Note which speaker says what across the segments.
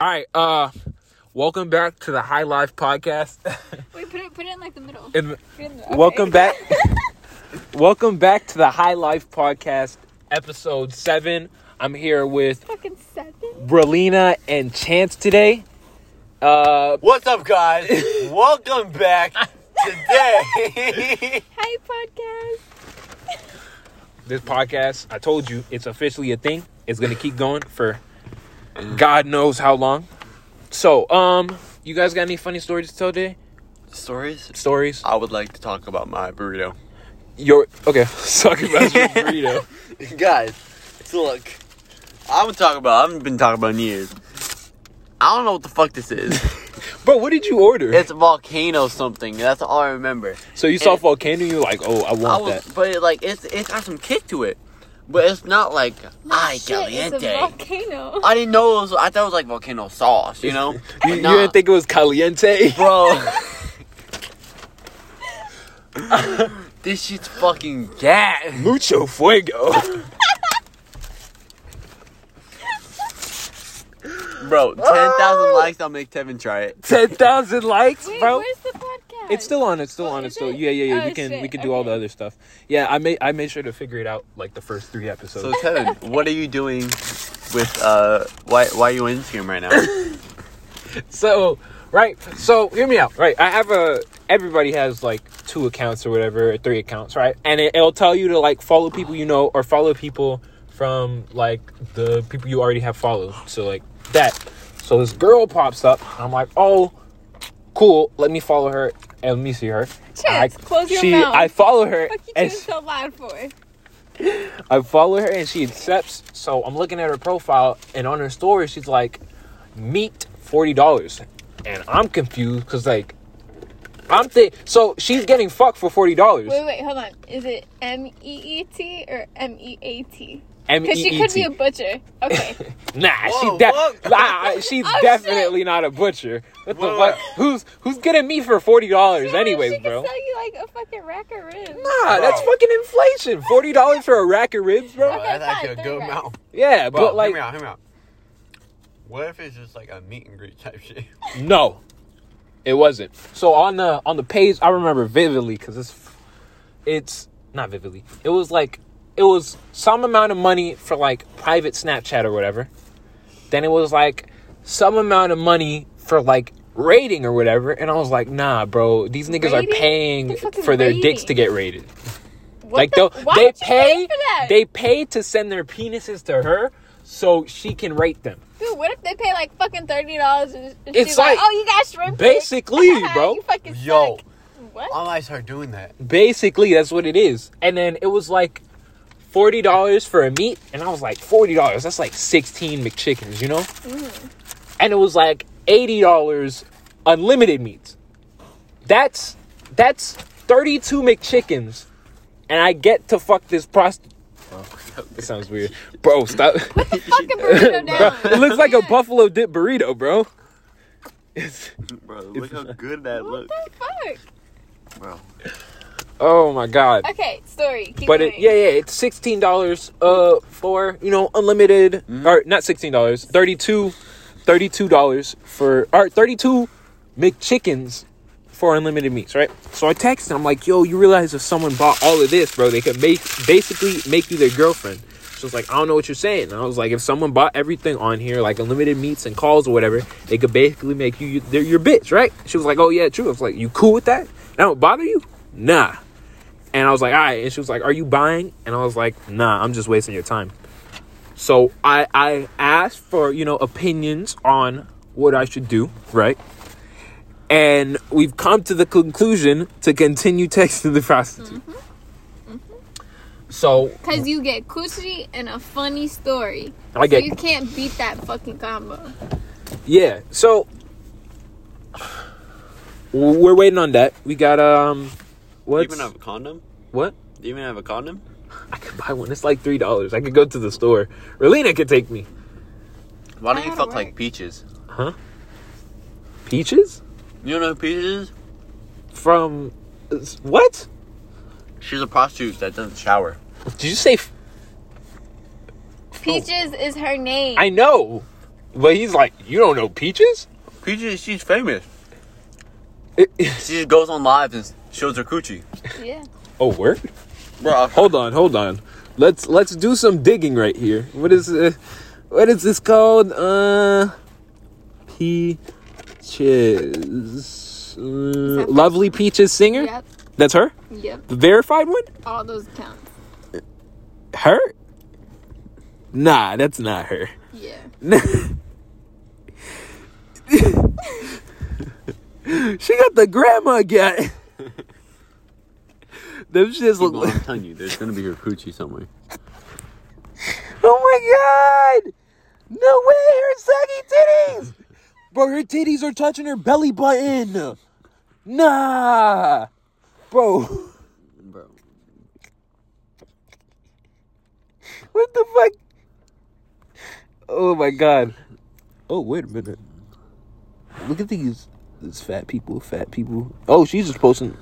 Speaker 1: All right. Uh, welcome back to the High Life Podcast.
Speaker 2: Wait, put it put it in like the middle.
Speaker 1: And
Speaker 2: Put it in the-
Speaker 1: welcome
Speaker 2: okay.
Speaker 1: back. welcome back to the High Life Podcast, episode seven. I'm here with
Speaker 2: Fucking seven.
Speaker 1: Brelina and Chance today. Uh,
Speaker 3: What's up, guys? Welcome back today.
Speaker 2: Hi podcast.
Speaker 1: this podcast, I told you, it's officially a thing. It's gonna keep going for God knows how long. So, um, you guys got any funny stories to tell today?
Speaker 3: Stories?
Speaker 1: Stories?
Speaker 3: I would like to talk about my burrito.
Speaker 1: Your okay. Talking about your burrito.
Speaker 3: Guys, look. I'm gonna talk about, I haven't been talking about in years. I don't know what the fuck this is.
Speaker 1: Bro, what did you order?
Speaker 3: it's volcano something. That's all I remember.
Speaker 1: so you saw
Speaker 3: it-
Speaker 1: volcano, you're like, oh, I
Speaker 3: I
Speaker 1: want
Speaker 3: was,
Speaker 1: that.
Speaker 3: but it, like it's it's got some kick to it, but it's not like ay
Speaker 2: Shit, it's a
Speaker 3: caliente.
Speaker 2: volcano.
Speaker 3: I didn't know it was. I thought it was like volcano sauce. You know?
Speaker 1: You,
Speaker 3: But
Speaker 1: you
Speaker 3: nah,
Speaker 1: didn't think it was caliente?
Speaker 3: bro. this shit's fucking gas.
Speaker 1: Mucho fuego.
Speaker 3: Bro,
Speaker 2: Oh.
Speaker 3: 10,000 likes, I'll make Tevin try it.
Speaker 1: Ten thousand likes,
Speaker 2: Wait,
Speaker 1: bro.
Speaker 2: where's the podcast?
Speaker 1: It's still on. It's still
Speaker 2: Oh,
Speaker 1: on. It's
Speaker 2: is
Speaker 1: still.
Speaker 2: it?
Speaker 1: Yeah, yeah, yeah.
Speaker 2: Oh,
Speaker 1: we can we
Speaker 2: shit,
Speaker 1: can do all the
Speaker 2: okay.
Speaker 1: other stuff. Yeah, I made I made sure to figure it out like the first three episodes.
Speaker 3: So, Tevin, what are you doing with, uh, why, why are you on Instagram right now?
Speaker 1: So, right. So, hear me out. Right. I have a. Everybody has like two accounts or whatever, or three accounts, right? And it, it'll tell you to like follow people you know or follow people from like the people you already have followed. So, like that. So, this girl pops up. I'm like, oh, cool. Let me follow her and let me see her.
Speaker 2: Chance, close your
Speaker 1: she,
Speaker 2: mouth.
Speaker 1: I follow her.
Speaker 2: Fuck you
Speaker 1: and
Speaker 2: doing
Speaker 1: she-
Speaker 2: so loud for?
Speaker 1: I follow her and she accepts. So I'm looking at her profile and on her story, she's like, meet $40. And I'm confused because, like, I'm think so she's getting fucked for
Speaker 2: Wait,
Speaker 1: $40.
Speaker 2: wait, hold on. Is it M E E T or M E A T?
Speaker 1: M E
Speaker 2: Because she
Speaker 1: E
Speaker 2: could be
Speaker 1: T.
Speaker 2: a butcher. Okay.
Speaker 1: Nah,
Speaker 3: Whoa,
Speaker 1: she de-
Speaker 3: whoa.
Speaker 1: nah, she's
Speaker 2: Oh,
Speaker 1: definitely not a butcher. What the
Speaker 3: Whoa.
Speaker 1: fuck? Who's who's getting me for forty dollars,
Speaker 2: What if
Speaker 1: anyways,
Speaker 2: she
Speaker 1: bro?
Speaker 2: could sell you like a fucking rack of ribs.
Speaker 1: Nah, that's
Speaker 3: Bro.
Speaker 1: fucking inflation. Forty dollars for a rack of ribs, bro.
Speaker 2: Okay, That's actually fine, a good throwback. amount.
Speaker 1: Yeah, but like,
Speaker 3: out, hear me out. What if it's just like a meet and greet type shit?
Speaker 1: No, it wasn't. So on the on the page, I remember vividly because it's it's not vividly. It was like it was some amount of money for like private Snapchat or whatever. Then it was like some amount of money for like rating or whatever, and I was like, nah, bro, these niggas
Speaker 2: Rating?
Speaker 1: are paying
Speaker 2: The fuck is
Speaker 1: for their dicks
Speaker 2: rating?
Speaker 1: to get rated.
Speaker 2: What
Speaker 1: like
Speaker 2: the-
Speaker 1: they'll-
Speaker 2: why
Speaker 1: they
Speaker 2: would you
Speaker 1: pay,
Speaker 2: pay for that?
Speaker 1: they pay to send their penises to her so she can rate them.
Speaker 2: Dude, what if they pay like fucking thirty dollars?
Speaker 1: It's
Speaker 2: It's like,
Speaker 1: like-
Speaker 2: oh, you got shrimp.
Speaker 1: basically,
Speaker 2: dick?
Speaker 1: bro.
Speaker 2: you fucking
Speaker 3: Yo.
Speaker 2: suck. What?
Speaker 3: I might start doing that.
Speaker 1: basically that's what it is and then it was like $40 for a meat and i was like $40 that's like 16 mcchickens you know and it was like $80 unlimited meats that's that's 32 mcchickens and i get to fuck this prostitute that sounds weird bro stop
Speaker 2: fucking burrito
Speaker 1: Bro, it
Speaker 2: down.
Speaker 1: looks like a buffalo dip burrito bro it's,
Speaker 3: Bro, look how good that
Speaker 2: What
Speaker 3: looks.
Speaker 2: the fuck?
Speaker 3: Bro.
Speaker 1: oh my god
Speaker 2: Okay, story. Keep
Speaker 1: but
Speaker 2: going.
Speaker 1: it, yeah, yeah, it's sixteen dollars uh for you know unlimited or not sixteen dollars, thirty two, thirty two dollars for or thirty two McChickens for unlimited meats, right? So I text and I'm like, yo, you realize if someone bought all of this, bro, they could make basically make you their girlfriend. She was like, I don't know what you're saying. And I was like, if someone bought everything on here, like unlimited meats and calls or whatever, they could basically make you their, your bitch, right? She was like, oh yeah, true. I was like, you cool with that? That don't bother you? Nah. And I was like, all right. And she was like, are you buying? And I was like, nah, I'm just wasting your time. So I, I asked for, you know, opinions on what I should do, right? And we've come to the conclusion to continue texting the prostitute. So
Speaker 2: Cause you get coochie and a funny story.
Speaker 1: I
Speaker 2: So
Speaker 1: get- Oh.
Speaker 2: you can't beat that fucking combo.
Speaker 1: Yeah. So we're waiting on that. We got um
Speaker 3: Do you
Speaker 1: what
Speaker 3: even have a condom?
Speaker 1: what?
Speaker 3: Do you even have a condom?
Speaker 1: I could buy one. It's like three dollars. I could go to the store. Relina could take me.
Speaker 3: Why don't
Speaker 2: I
Speaker 3: you
Speaker 2: don't
Speaker 3: fuck
Speaker 2: like-
Speaker 3: like peaches?
Speaker 1: Huh? Peaches?
Speaker 3: You know who peaches is?
Speaker 1: From what?
Speaker 3: She's a prostitute that doesn't shower.
Speaker 1: Did you say? F-
Speaker 2: Peaches is her name.
Speaker 1: I know. But he's like, you don't know peaches?
Speaker 3: Peaches, she's famous.
Speaker 1: It-
Speaker 3: She just goes on live and shows her coochie.
Speaker 2: Yeah.
Speaker 1: oh, word.
Speaker 3: Bro,
Speaker 1: Hold on, hold on. Let's let's do some digging right here. What is uh, what is this called? Uh, peaches. Uh,
Speaker 2: that-
Speaker 1: lovely peaches singer.
Speaker 2: Yep.
Speaker 1: That's her.
Speaker 2: Yep.
Speaker 1: The verified one.
Speaker 2: All those counts.
Speaker 1: Her. Nah, that's not her.
Speaker 2: Yeah.
Speaker 1: She got the grandma guy. Them shits look
Speaker 3: I'm
Speaker 1: like.
Speaker 3: telling you, there's gonna be her coochie somewhere.
Speaker 1: Oh my god! No way, her saggy titties! Bro, her titties are touching her belly button! Nah! Bro,
Speaker 3: Bro.
Speaker 1: what the fuck? Oh my god. Oh, wait a minute. Look at these, these fat people, fat people. Oh, she's just posting.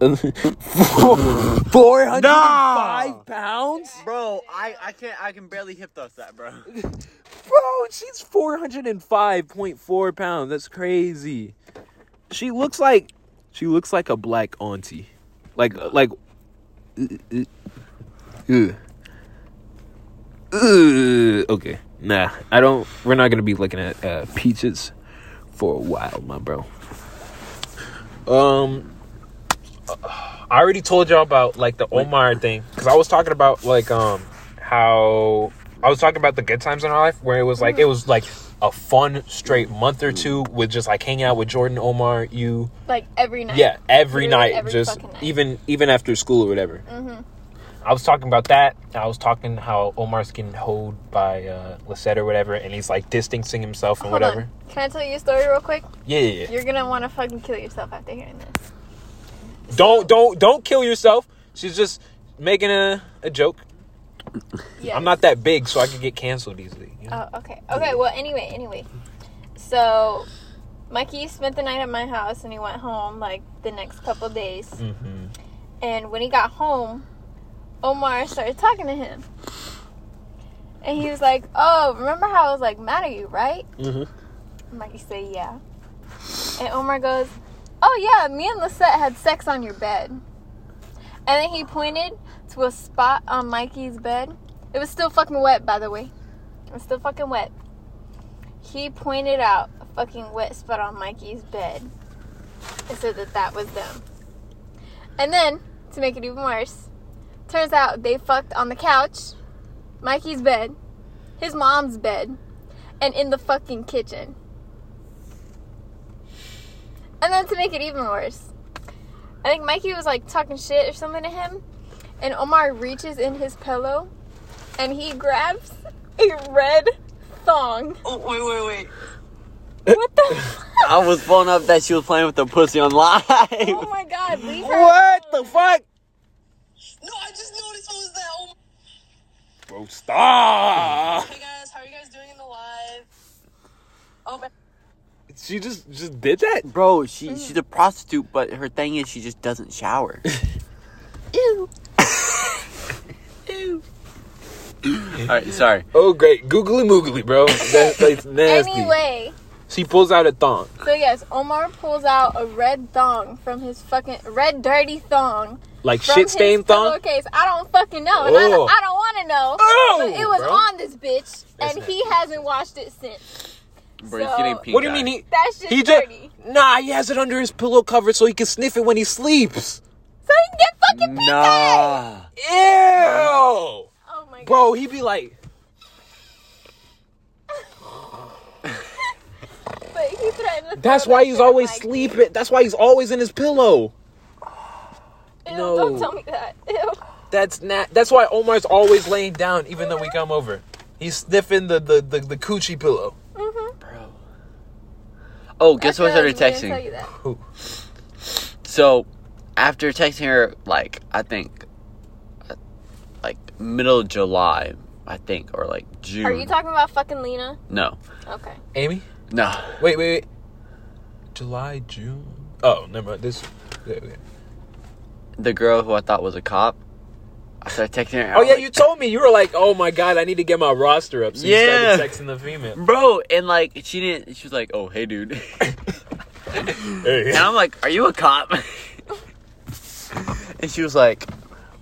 Speaker 1: 405 pounds?
Speaker 3: Bro, I, I can't I can barely hip thrust that, bro.
Speaker 1: Bro, she's 405.4 pounds. That's crazy. She looks like she looks like a black auntie. Like uh, like uh, Ugh. Ugh. Ugh. uh, Okay. Nah. I don't we're not going to be looking at uh, peaches for a while, my bro. Um I already told y'all about like the Omar thing cuz I was talking about like um how I was talking about the good times in our life where it was like it
Speaker 2: Mm.
Speaker 1: was like a fun straight month or two with just like hanging out with Jordan, Omar, you.
Speaker 2: Like every night.
Speaker 1: Yeah, every
Speaker 2: Literally
Speaker 1: night,
Speaker 2: every
Speaker 1: just
Speaker 2: fucking night. Mm-hmm.
Speaker 1: even even after school or whatever. I was talking about that. and I was talking how Omar's getting hoed by uh, Lisette or whatever, and he's like distancing himself and
Speaker 2: Hold
Speaker 1: whatever.
Speaker 2: on. Can I tell you a story real quick?
Speaker 1: Yeah, yeah, yeah.
Speaker 2: You're gonna want to fucking kill yourself after hearing this.
Speaker 1: Don't don't don't kill yourself. She's just making a, a joke.
Speaker 2: Yeah.
Speaker 1: I'm not that big, so I could get canceled easily. you know?
Speaker 2: Oh, okay. Okay. Well, anyway, anyway. So, Mikey spent the night at my house, and he went home like the next couple days.
Speaker 1: Mhm.
Speaker 2: And when he got home, Omar started talking to him. And he was like, Oh, remember how I was like mad at you, right?
Speaker 1: Mhm.
Speaker 2: Mikey said, Yeah. And Omar goes, Oh, yeah, me and Lisette had sex on your bed. And then he pointed to a spot on Mikey's bed. It was still fucking wet, by the way. It was still fucking wet. He pointed out a fucking wet spot on Mikey's bed and said that that was them. And then, to make it even worse, turns out they fucked on the couch, Mikey's bed, his mom's bed, and in the fucking kitchen. And then to make it even worse, I think Mikey was like talking shit or something to him, and Omar reaches in his pillow and he grabs a red thong.
Speaker 4: Oh, wait, wait, wait.
Speaker 2: What the fuck?
Speaker 3: I was blown up that she was playing with the pussy on live.
Speaker 2: Oh my god, leave her.
Speaker 1: What the fuck?
Speaker 4: No, I just noticed what was that. Oh,
Speaker 1: Bro, stop!
Speaker 4: hey guys, how are you guys doing in the live? Oh, man.
Speaker 1: She just just did that.
Speaker 3: Bro,
Speaker 2: Mm.
Speaker 3: she she's a prostitute, but her thing is she just doesn't shower.
Speaker 2: Ew.
Speaker 3: Alright, sorry.
Speaker 1: Oh great, googly moogly, bro. That's, that's nasty.
Speaker 2: Anyway,
Speaker 1: She pulls out a thong.
Speaker 2: so yes, Omar pulls out a red thong from his fucking red dirty thong.
Speaker 1: like
Speaker 2: from
Speaker 1: shit
Speaker 2: his
Speaker 1: stain thong.
Speaker 2: pillowcase. I don't fucking know. And I,
Speaker 1: Oh.
Speaker 2: I don't want to know.
Speaker 1: Oh,
Speaker 2: but it was
Speaker 1: bro.
Speaker 2: on this bitch,
Speaker 1: That's
Speaker 2: and he hasn't washed it since.
Speaker 3: Bro,
Speaker 2: So-
Speaker 3: he's getting pink
Speaker 1: What do you
Speaker 3: eye.
Speaker 1: mean he?
Speaker 2: That's just
Speaker 1: He just
Speaker 2: dirty.
Speaker 1: nah. He has it under his pillow cover so he can sniff it when he sleeps.
Speaker 2: So he can get fucking pink eye.
Speaker 3: Nah.
Speaker 1: Ew,
Speaker 2: Oh my god.
Speaker 1: bro. He be like,
Speaker 2: But he threatened to
Speaker 1: that's
Speaker 2: throw
Speaker 1: why
Speaker 2: that
Speaker 1: he's
Speaker 2: shit at
Speaker 1: always
Speaker 2: Mikey.
Speaker 1: sleeping. That's why he's always in his pillow.
Speaker 2: Ew,
Speaker 1: No.
Speaker 2: Don't tell me that. Ew.
Speaker 1: That's not. That's why Omar's always laying down even though we come over. He's sniffing the the the, the coochie pillow.
Speaker 3: Oh, guess
Speaker 2: I
Speaker 3: what
Speaker 2: feel like
Speaker 3: started
Speaker 2: we didn't tell
Speaker 3: texting?
Speaker 2: you that.
Speaker 3: So, after texting her, like, I think, uh, like, middle of July, I think, or like June.
Speaker 2: Are you talking about fucking Lena?
Speaker 3: No.
Speaker 2: Okay.
Speaker 1: Amy,
Speaker 3: No.
Speaker 1: wait, wait, wait. July, June. Oh, never mind. This. yeah, yeah.
Speaker 3: The girl who I thought was a cop, After I texted her. I
Speaker 1: Oh
Speaker 3: was
Speaker 1: yeah,
Speaker 3: like,
Speaker 1: you told me you were like, "Oh my god, I need to get my roster up." So
Speaker 3: Yeah.
Speaker 1: you started texting the female.
Speaker 3: bro, and like she didn't. She was like, "Oh, hey, dude,"
Speaker 1: Hey.
Speaker 3: and I'm like, "Are you a cop?" and she was like,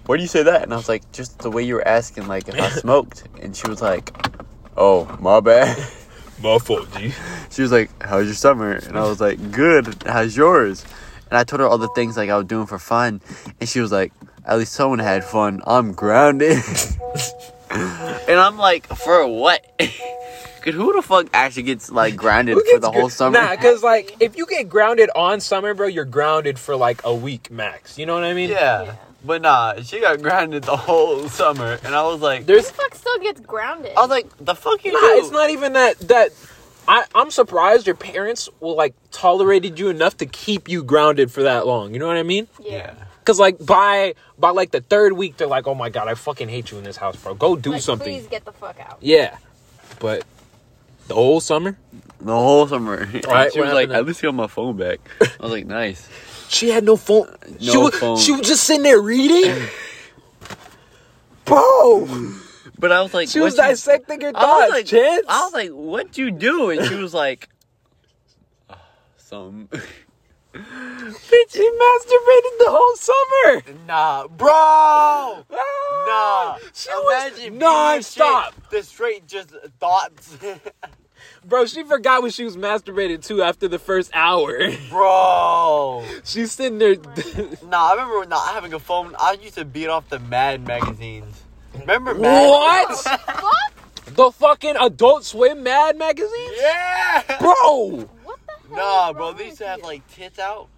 Speaker 3: "Where do you say that?" And I was like, "Just the way you were asking, like if I smoked." And she was like, "Oh, my bad."
Speaker 1: My fault, G.
Speaker 3: She was like, "How's your summer?" And I was like, "Good. How's yours?" And I told her all the things like I was doing for fun, and she was like, "At least someone had fun. I'm grounded." and I'm like, "For what?" Cause who the fuck actually gets like grounded
Speaker 1: Who
Speaker 3: for
Speaker 1: gets
Speaker 3: the
Speaker 1: gr-
Speaker 3: whole summer?
Speaker 1: Nah, because like if you get grounded on summer, bro, you're grounded for like a week max. You know what I mean?
Speaker 2: Yeah.
Speaker 3: but nah, she got grounded the whole summer, and I was like,
Speaker 2: Who the
Speaker 1: There's
Speaker 2: fuck still gets grounded?
Speaker 3: I was like, "The fuck you
Speaker 1: nah,
Speaker 3: do?"
Speaker 1: it's not even that that. I, I'm surprised your parents will like tolerated you enough to keep you grounded for that long. You know what I mean?
Speaker 2: yeah.
Speaker 1: Cause like by by like the third week, they're like, "Oh my god, I fucking hate you in this house, bro. Go do
Speaker 2: Like,
Speaker 1: something."
Speaker 2: Please get the fuck out.
Speaker 1: Yeah, but the whole summer,
Speaker 3: the whole summer.
Speaker 1: right,
Speaker 3: she was
Speaker 1: what
Speaker 3: like,
Speaker 1: happened
Speaker 3: "At
Speaker 1: then?
Speaker 3: least I got my phone back." I was like, "Nice."
Speaker 1: she had no phone. she
Speaker 3: Uh, No
Speaker 1: was,
Speaker 3: phone.
Speaker 1: She was just sitting there reading. bro,
Speaker 3: But I was like,
Speaker 1: she was
Speaker 3: "What you-
Speaker 1: dissecting her
Speaker 3: I was
Speaker 1: thoughts.
Speaker 3: like,
Speaker 1: Chance.
Speaker 3: I was like, what you do? And she was like, some.
Speaker 1: bitch, she masturbated the whole summer.
Speaker 3: Nah, bro.
Speaker 1: Ah, she
Speaker 3: being
Speaker 1: was
Speaker 3: shit,
Speaker 1: stop
Speaker 3: The straight just thoughts,
Speaker 1: bro. She forgot what she was masturbating to after the first hour.
Speaker 3: bro.
Speaker 1: She's sitting there.
Speaker 3: Nah, I remember not having a phone. I used to beat off the Mad magazines. Remember Mad?
Speaker 1: what?
Speaker 2: Fuck?
Speaker 1: the fucking Adult Swim Mad magazine,
Speaker 3: Yeah.
Speaker 1: bro.
Speaker 2: What the hell?
Speaker 3: Nah,
Speaker 2: is
Speaker 3: bro.
Speaker 2: wrong
Speaker 3: They used to
Speaker 2: with
Speaker 3: have
Speaker 2: you?
Speaker 3: like tits out,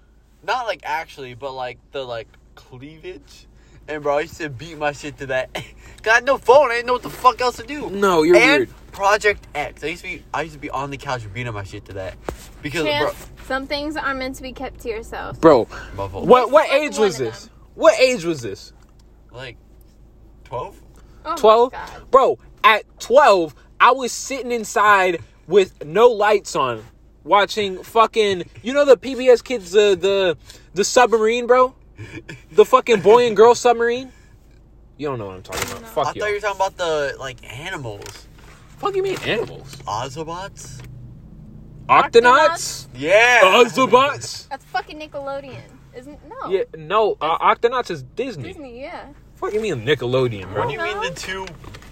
Speaker 3: not like actually, but like the like cleavage. And bro, I used to beat my shit to that. Got no phone. I didn't know what the fuck else to do.
Speaker 1: No, you're
Speaker 3: and
Speaker 1: weird.
Speaker 3: Project X. I used to be I used to be on the couch beating my shit to that because
Speaker 2: Chance, some things are meant to be kept to yourself.
Speaker 1: bro.
Speaker 3: bro, my fault.
Speaker 1: What what
Speaker 2: Just like
Speaker 1: age
Speaker 2: one
Speaker 1: was
Speaker 2: of
Speaker 1: this?
Speaker 2: them.
Speaker 1: What age was this?
Speaker 3: Like twelve?
Speaker 2: Oh my
Speaker 1: Twelve,
Speaker 2: God.
Speaker 1: bro. At twelve, I was sitting inside with no lights on, watching fucking. You know the PBS Kids the the the submarine, bro. The fucking boy and girl submarine. You don't know what I'm talking about.
Speaker 3: I
Speaker 1: Fuck
Speaker 3: thought
Speaker 1: you.
Speaker 3: you were talking about the like animals,
Speaker 1: Fuck you mean animals?
Speaker 3: Ozobots.
Speaker 1: Octonauts?
Speaker 3: Yeah.
Speaker 1: Ozobots?
Speaker 2: That's fucking Nickelodeon, isn't? No.
Speaker 1: Yeah, no. Uh, Octonauts is Disney.
Speaker 2: Disney, yeah.
Speaker 1: Fuck you mean Nickelodeon,
Speaker 3: What
Speaker 1: bro?
Speaker 3: do you mean the two,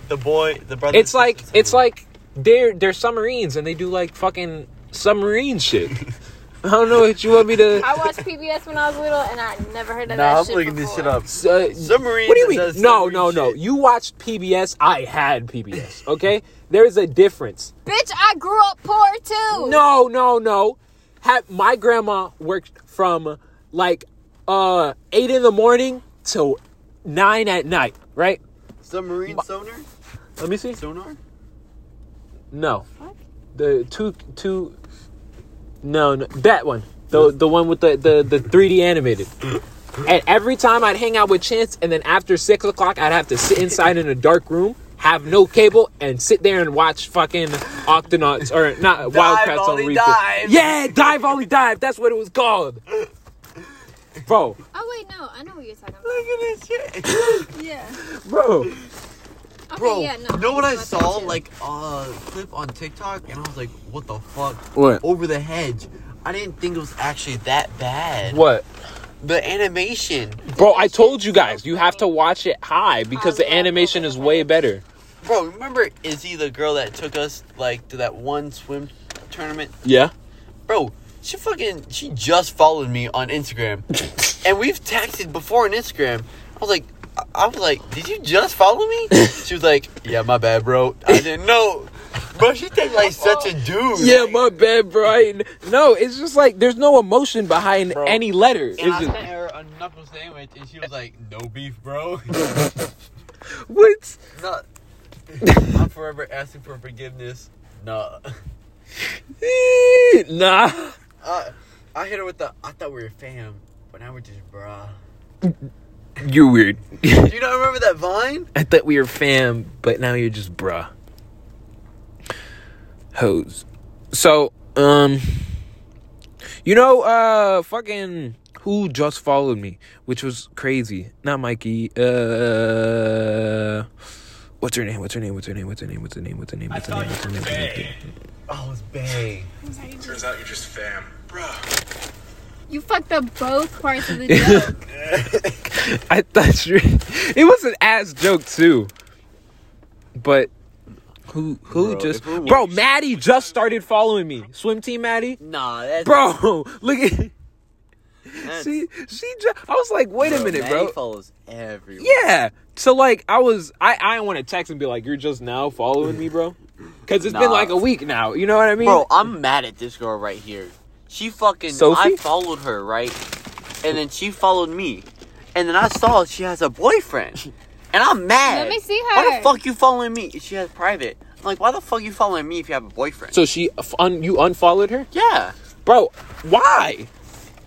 Speaker 3: the boy, the brother?
Speaker 1: It's
Speaker 3: and
Speaker 1: like
Speaker 3: sisters?
Speaker 1: it's like they're they're submarines and they do like fucking submarine shit. I don't know what you want me to.
Speaker 2: I watched PBS when I was little, and I never heard of that
Speaker 3: Nah, I'm
Speaker 2: shit
Speaker 3: looking this shit
Speaker 2: before.
Speaker 3: up.
Speaker 1: Uh,
Speaker 3: Submarines
Speaker 1: What do you
Speaker 3: that does
Speaker 1: mean? No,
Speaker 3: submarine
Speaker 1: no, no.
Speaker 3: shit.
Speaker 1: You watched PBS. I had PBS. Okay, there's a difference.
Speaker 2: Bitch, I grew up poor too.
Speaker 1: No, no, no. Had my grandma worked from like uh eight in the morning till nine at night. Right?
Speaker 3: Submarine sonar.
Speaker 1: Let me see.
Speaker 3: Sonar.
Speaker 1: No,
Speaker 2: What?
Speaker 1: the two two. No, no that one. The the one with the the the three D animated. And every time I'd hang out with Chance, and then after six o'clock, I'd have to sit inside in a dark room, have no cable, and sit there and watch fucking Octonauts or not Wildcats on
Speaker 3: Ollie,
Speaker 1: repeat.
Speaker 3: dive.
Speaker 1: Yeah, dive only dive. That's what it was called, bro.
Speaker 2: Oh wait, no, I know what you're talking
Speaker 3: Look at this shit.
Speaker 2: about. Yeah.
Speaker 1: Bro,
Speaker 2: Okay,
Speaker 3: Bro,
Speaker 2: yeah, no.
Speaker 3: you know what I
Speaker 2: about that
Speaker 3: saw?
Speaker 2: too.
Speaker 3: Like a clip on TikTok, and I was like, "What the fuck?"
Speaker 1: What?
Speaker 3: Over the hedge. I didn't think it was actually that bad.
Speaker 1: what?
Speaker 3: The animation,
Speaker 1: Bro, I told you guys you have to watch it high because the animation is way better.
Speaker 3: bro. Remember Izzy, the girl that took us like to that one swim tournament,
Speaker 1: Yeah.
Speaker 3: bro? She fucking she just followed me on Instagram, and we've texted before on Instagram. I was like. I- I was like, "Did you just follow me?" She was like, "Yeah, my bad, bro. I didn't know, bro. She takes like such a dude.
Speaker 1: Yeah,
Speaker 3: Like,
Speaker 1: my bad, bro. I ain't- no, it's just like there's no emotion behind
Speaker 3: Bro.
Speaker 1: any letter.
Speaker 3: And
Speaker 1: It's
Speaker 3: I
Speaker 1: just,
Speaker 3: sent her a knuckle sandwich, and she was like, "No beef, bro."
Speaker 1: what?
Speaker 3: Not. I'm forever asking for forgiveness. Nah.
Speaker 1: Eh, Nah.
Speaker 3: Uh, I hit her with the. I thought we were fam, but now we're just bruh.
Speaker 1: You're weird.
Speaker 3: Do you not remember that Vine?
Speaker 1: I thought we were fam, but now you're just bruh. Hose. So, um, you know, uh, fucking, who just followed me, which was crazy. Not Mikey. Uh, what's her name? What's her name? What's her name? What's her name? What's her name? What's her name? What's her name? What's her name? What's her name?
Speaker 5: Oh, it's Bay.
Speaker 6: Turns out you're just fam. Bruh.
Speaker 2: You fucked up both parts of the joke.
Speaker 1: I thought you. It was an ass joke too. But who who
Speaker 3: Bro,
Speaker 1: just
Speaker 3: if we
Speaker 1: bro?
Speaker 3: watch-
Speaker 1: Maddie just started following me. Swim team Maddie,
Speaker 3: Nah, that's
Speaker 1: bro. Look at
Speaker 3: that's-
Speaker 1: she she. Just, I was like, wait a minute,
Speaker 3: Maddie
Speaker 1: bro.
Speaker 3: follows everyone.
Speaker 1: Yeah. So like I was I I want to text and be like you're just now following me, bro. Cuz it's been
Speaker 3: Nah.
Speaker 1: like a week now. You know what I mean?
Speaker 3: Bro, I'm mad at this girl right here. She fucking.
Speaker 1: Sophie?
Speaker 3: I followed her, right? And then she followed me. And then I saw she has a boyfriend. And I'm mad.
Speaker 2: Let me see
Speaker 3: Why
Speaker 2: her.
Speaker 3: the fuck you following me? She has private. I'm like, why the fuck you following me if you have a boyfriend?
Speaker 1: So she f- un, you unfollowed her?
Speaker 3: yeah.
Speaker 1: Bro, why?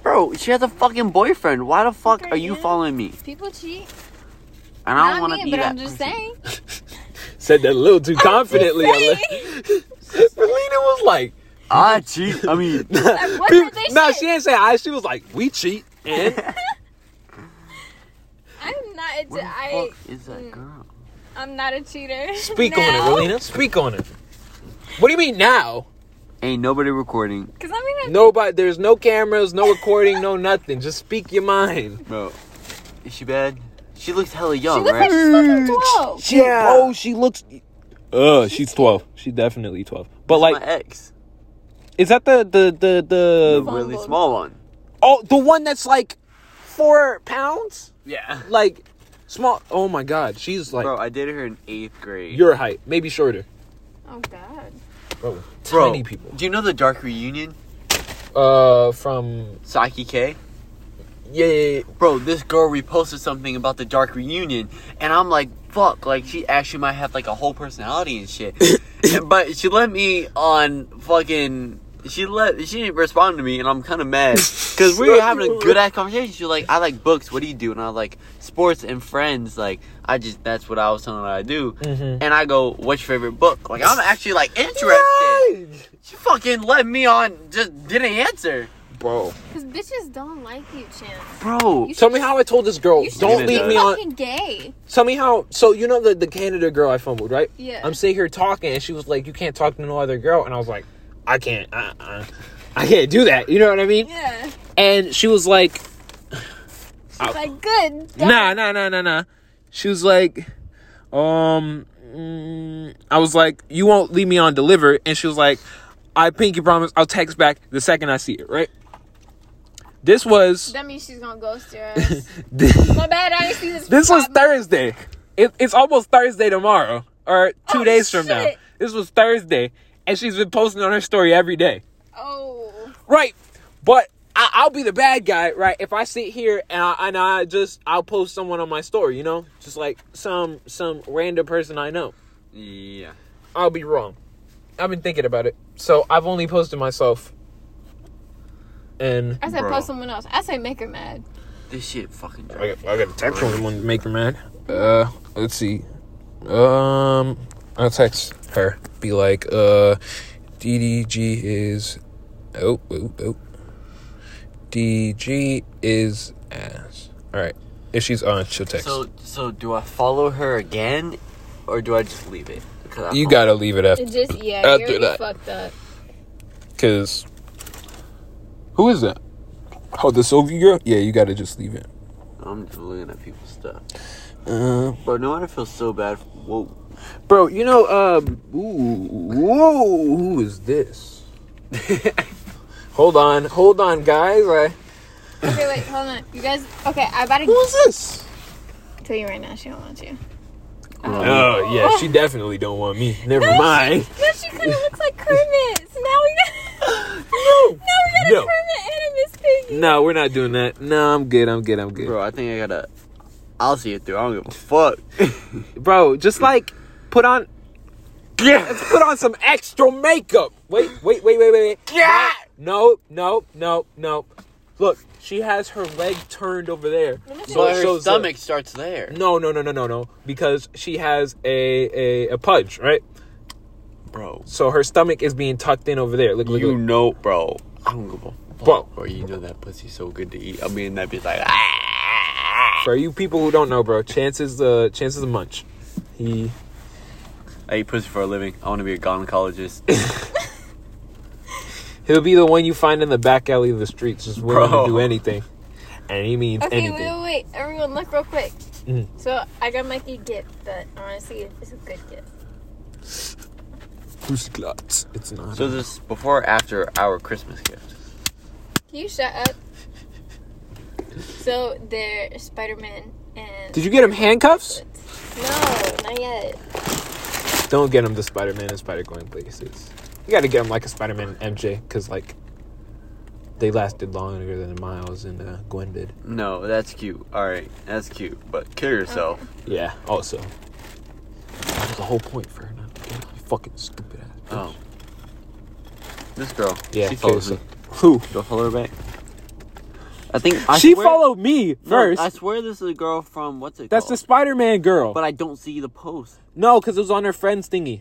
Speaker 3: Bro, she has a fucking boyfriend. Why the fuck
Speaker 2: Okay,
Speaker 3: are you
Speaker 2: yeah.
Speaker 3: following me?
Speaker 2: People cheat.
Speaker 3: And I don't
Speaker 2: Not
Speaker 3: want
Speaker 2: me,
Speaker 3: to be
Speaker 2: but
Speaker 3: that.
Speaker 2: I'm just
Speaker 3: person.
Speaker 2: saying.
Speaker 1: Said that a little too confidently.
Speaker 2: I'm just
Speaker 1: Selena was like
Speaker 3: I cheat. Ah, I mean,
Speaker 2: What did
Speaker 1: "Peop-
Speaker 2: they
Speaker 1: No,
Speaker 2: say?
Speaker 1: she didn't say I. She was like, "We cheat." And
Speaker 2: I'm not. A,
Speaker 3: what
Speaker 2: I
Speaker 3: the fuck is that girl?
Speaker 2: I'm not a cheater.
Speaker 1: speak on it, Selena. Speak on it. What do you mean now?
Speaker 3: Ain't nobody recording,
Speaker 2: Because I'm gonna.
Speaker 1: Nobody there's no cameras, no recording, no nothing. Just speak your mind.
Speaker 3: bro. Is she bad? She looks hella
Speaker 2: She
Speaker 3: young,
Speaker 2: looks
Speaker 3: right?
Speaker 2: like she's fucking 12.
Speaker 1: Hmm. She, Oh, she looks. Uh, she's twelve. She's definitely twelve. But
Speaker 3: my
Speaker 1: like,
Speaker 3: ex,
Speaker 1: is that the the the
Speaker 3: the
Speaker 1: the
Speaker 3: really
Speaker 2: Fumbled.
Speaker 3: small one.
Speaker 1: oh the one that's like four pounds?
Speaker 3: Yeah.
Speaker 1: Like small. Oh my god, she's like
Speaker 3: Bro, I dated her in eighth grade.
Speaker 1: your height, maybe shorter.
Speaker 2: Oh god.
Speaker 1: Bro,
Speaker 3: Bro,
Speaker 1: tiny people.
Speaker 3: Do you know the Dark Reunion?
Speaker 1: Uh, from
Speaker 3: Saki K.
Speaker 1: yeah, yeah, yeah.
Speaker 3: Bro, this girl reposted something about the Dark Reunion, and I'm like, fuck, like she actually might have like a whole personality and shit. And- but she let me on fucking. She let she didn't respond to me, and I'm kind of mad because we were having a good ass conversation. She's like, I like books. What do you do? And I was like sports and friends. Like I just that's what I was telling her I do.
Speaker 1: Mhm.
Speaker 3: And I go, what's your favorite book? Like I'm actually like interested.
Speaker 1: Right.
Speaker 3: She fucking let me on, just didn't answer.
Speaker 1: Bro,
Speaker 2: Because bitches don't like you, Chance.
Speaker 3: Bro.
Speaker 2: You
Speaker 1: tell me how I told this girl.
Speaker 2: You should
Speaker 1: Don't
Speaker 3: Selena
Speaker 1: leave
Speaker 3: does.
Speaker 1: me on.
Speaker 2: fucking gay.
Speaker 1: Tell me how. So you know the the Canada girl I fumbled, right?
Speaker 2: Yeah.
Speaker 1: I'm sitting here talking, and she was like, "You can't talk to no other girl," and I was like, "I can't. Uh, uh, I can't do that." You know what I mean?
Speaker 2: Yeah.
Speaker 1: And she was like,
Speaker 2: She's like, good. don't.
Speaker 1: "Nah, nah, nah, nah, nah." She was like, "Um." mm, I was like, you won't leave me on deliver. And she was like, I pinky promise, I'll text back the second I see it, right? This was
Speaker 2: That means she's gonna ghost your ass.
Speaker 1: this
Speaker 2: My bad, I didn't see this.
Speaker 1: was
Speaker 2: problem.
Speaker 1: Thursday. It, it's almost Thursday tomorrow, or two
Speaker 2: Oh,
Speaker 1: days from now.
Speaker 2: shit.
Speaker 1: This was Thursday, and she's been posting on her story every day.
Speaker 2: Oh.
Speaker 1: Right. But I, I'll be the bad guy, right? If I sit here and I, and I just I'll post someone on my story, you know, just like some some random person I know.
Speaker 3: Yeah.
Speaker 1: I'll be wrong. I've been thinking about it, so I've only posted myself. And
Speaker 2: I said
Speaker 3: Bro.
Speaker 2: post someone else. I say make her mad.
Speaker 3: This shit fucking.
Speaker 1: I got, I got a text from someone to make her mad. Uh, let's see. Um, I'll text her. Be like, uh, DDG is. Oh, oh, oh. DG is ass. All right. If she's on, she'll text.
Speaker 3: So so do I follow her again, or do I just leave it? 'Cause I
Speaker 1: you
Speaker 3: don't-
Speaker 1: gotta leave it after
Speaker 2: It just yeah,
Speaker 1: I'll
Speaker 2: you
Speaker 1: do
Speaker 2: already
Speaker 1: that.
Speaker 2: fucked up.
Speaker 1: because. Who is that? Oh, the Soviet girl. Yeah, you gotta just leave it.
Speaker 3: I'm just looking at people's stuff,
Speaker 1: Uh,
Speaker 3: bro. No one feels so bad. For, whoa,
Speaker 1: bro, you know, um, ooh, whoa, who is this? hold on, hold on, guys. I,
Speaker 2: Okay, wait, hold on. You guys okay, I about
Speaker 1: who
Speaker 2: to
Speaker 1: is this?
Speaker 2: tell you right now she don't want you.
Speaker 1: Oh yeah, she definitely don't want me. Never
Speaker 2: No,
Speaker 1: mind.
Speaker 2: She, no, she kinda looks like Kermit. So now we got
Speaker 1: No.
Speaker 2: Now we got
Speaker 1: No.
Speaker 2: a Kermit and a Miss Piggy.
Speaker 1: No, we're not doing that. No, I'm good. I'm good. I'm good, bro.
Speaker 3: bro. I think I gotta. I'll see it through. I don't give a fuck.
Speaker 1: just like put on,
Speaker 3: yeah.
Speaker 1: let's put on some extra makeup. Wait, wait, wait, wait, wait, wait.
Speaker 3: Yeah.
Speaker 1: No, no, no, no. Look, she has her leg turned over there,
Speaker 2: Let me
Speaker 1: so
Speaker 3: But
Speaker 1: it
Speaker 3: her
Speaker 1: shows up.
Speaker 3: stomach starts there.
Speaker 1: No, no, no, no, no, no. Because she has a, a a pudge, right?
Speaker 3: bro.
Speaker 1: So her stomach is being tucked in over there. Look, look,
Speaker 3: You
Speaker 1: look.
Speaker 3: know, bro. I don't give a
Speaker 1: Bro,
Speaker 3: Or you know that pussy's so good to eat. I mean, that bitch like, ah.
Speaker 1: for you people who don't know, bro, Chance is the Chance is the munch. He
Speaker 3: I eat pussy for a living. I want to be a gynecologist.
Speaker 1: he'll be the one you find in the back alley of the streets, just willing
Speaker 3: Bro.
Speaker 1: to do anything, and he means
Speaker 2: Okay, wait,
Speaker 1: anything.
Speaker 2: wait, wait. Everyone, look real quick.
Speaker 1: Mm.
Speaker 2: So I got Mikey a gift that honestly is a good gift.
Speaker 1: Who's glutz? It's not.
Speaker 3: so this is before or after our Christmas gift.
Speaker 2: Can you shut up? So they're Spider Man and.
Speaker 1: Did you get him handcuffs?
Speaker 2: No, not yet.
Speaker 1: Don't get him the Spider Man and Spider going places. You got to get him like a Spider Man and MJ, because like they lasted longer than Miles and uh, Gwen did.
Speaker 3: No, that's cute. All right, that's cute. But kill yourself.
Speaker 1: Yeah. Also, that was the whole point for her not to get him. You fucking stupid ass.
Speaker 3: Oh. This girl.
Speaker 1: Yeah. okay,
Speaker 3: She follows
Speaker 1: so-
Speaker 3: me.
Speaker 1: Who?
Speaker 3: Do I follow her back? I think I
Speaker 1: she
Speaker 3: swear-
Speaker 1: followed me
Speaker 3: No,
Speaker 1: first.
Speaker 3: I swear this is a girl from what's it
Speaker 1: That's the
Speaker 3: called?
Speaker 1: Spider Man girl.
Speaker 3: But I don't see the post.
Speaker 1: no, because it was on her friend's thingy.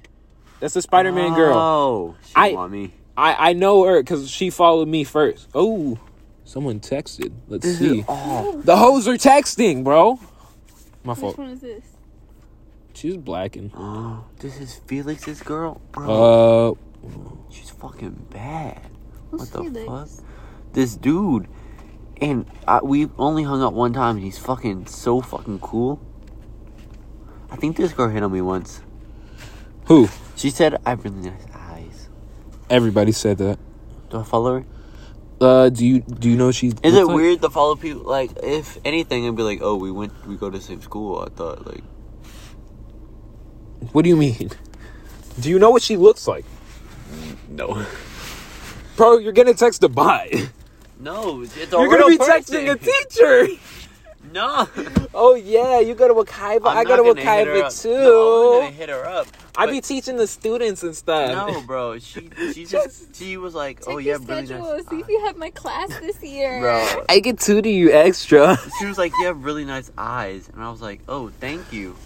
Speaker 1: That's the Spider Man girl.
Speaker 3: Oh, she
Speaker 1: I-
Speaker 3: want me.
Speaker 1: I I know her because she followed me first. Oh, someone texted. Let's see. The hoes are texting, bro. My
Speaker 2: Which
Speaker 1: fault.
Speaker 2: one is this?
Speaker 1: She's black and
Speaker 3: Oh, this is Felix's girl, bro.
Speaker 1: uh.
Speaker 3: she's fucking bad.
Speaker 2: Who's
Speaker 3: What the
Speaker 2: Felix?
Speaker 3: fuck? This dude, and I, we only hung out one time, and he's fucking so fucking cool. I think this girl hit on me once.
Speaker 1: Who?
Speaker 3: She said I have really nice eyes.
Speaker 1: Everybody said that.
Speaker 3: Do I follow her?
Speaker 1: Uh, do you do you know she?
Speaker 3: Is it
Speaker 1: looks like-
Speaker 3: weird to follow people? Like, if anything, I'd be like, oh, we went, we go to the same school. I thought like.
Speaker 1: What do you mean? Do you know what she looks like,
Speaker 3: No.
Speaker 1: bro? You're gonna text a bye.
Speaker 3: No, it's a
Speaker 1: You're gonna be texting a teacher.
Speaker 3: No,
Speaker 1: Oh yeah, you go to Wakaiba. i go to Wakaiba too.
Speaker 3: hit her up.
Speaker 1: I be teaching the students and stuff.
Speaker 3: No, bro. She she just she was like,
Speaker 2: Check
Speaker 3: oh yeah,
Speaker 2: your
Speaker 3: really
Speaker 2: schedule.
Speaker 3: nice.
Speaker 2: See if
Speaker 3: eyes.
Speaker 2: you have my class this year.
Speaker 3: Bro,
Speaker 1: I get two to you extra.
Speaker 3: she was like, you have really nice eyes, and I was like, oh, thank you.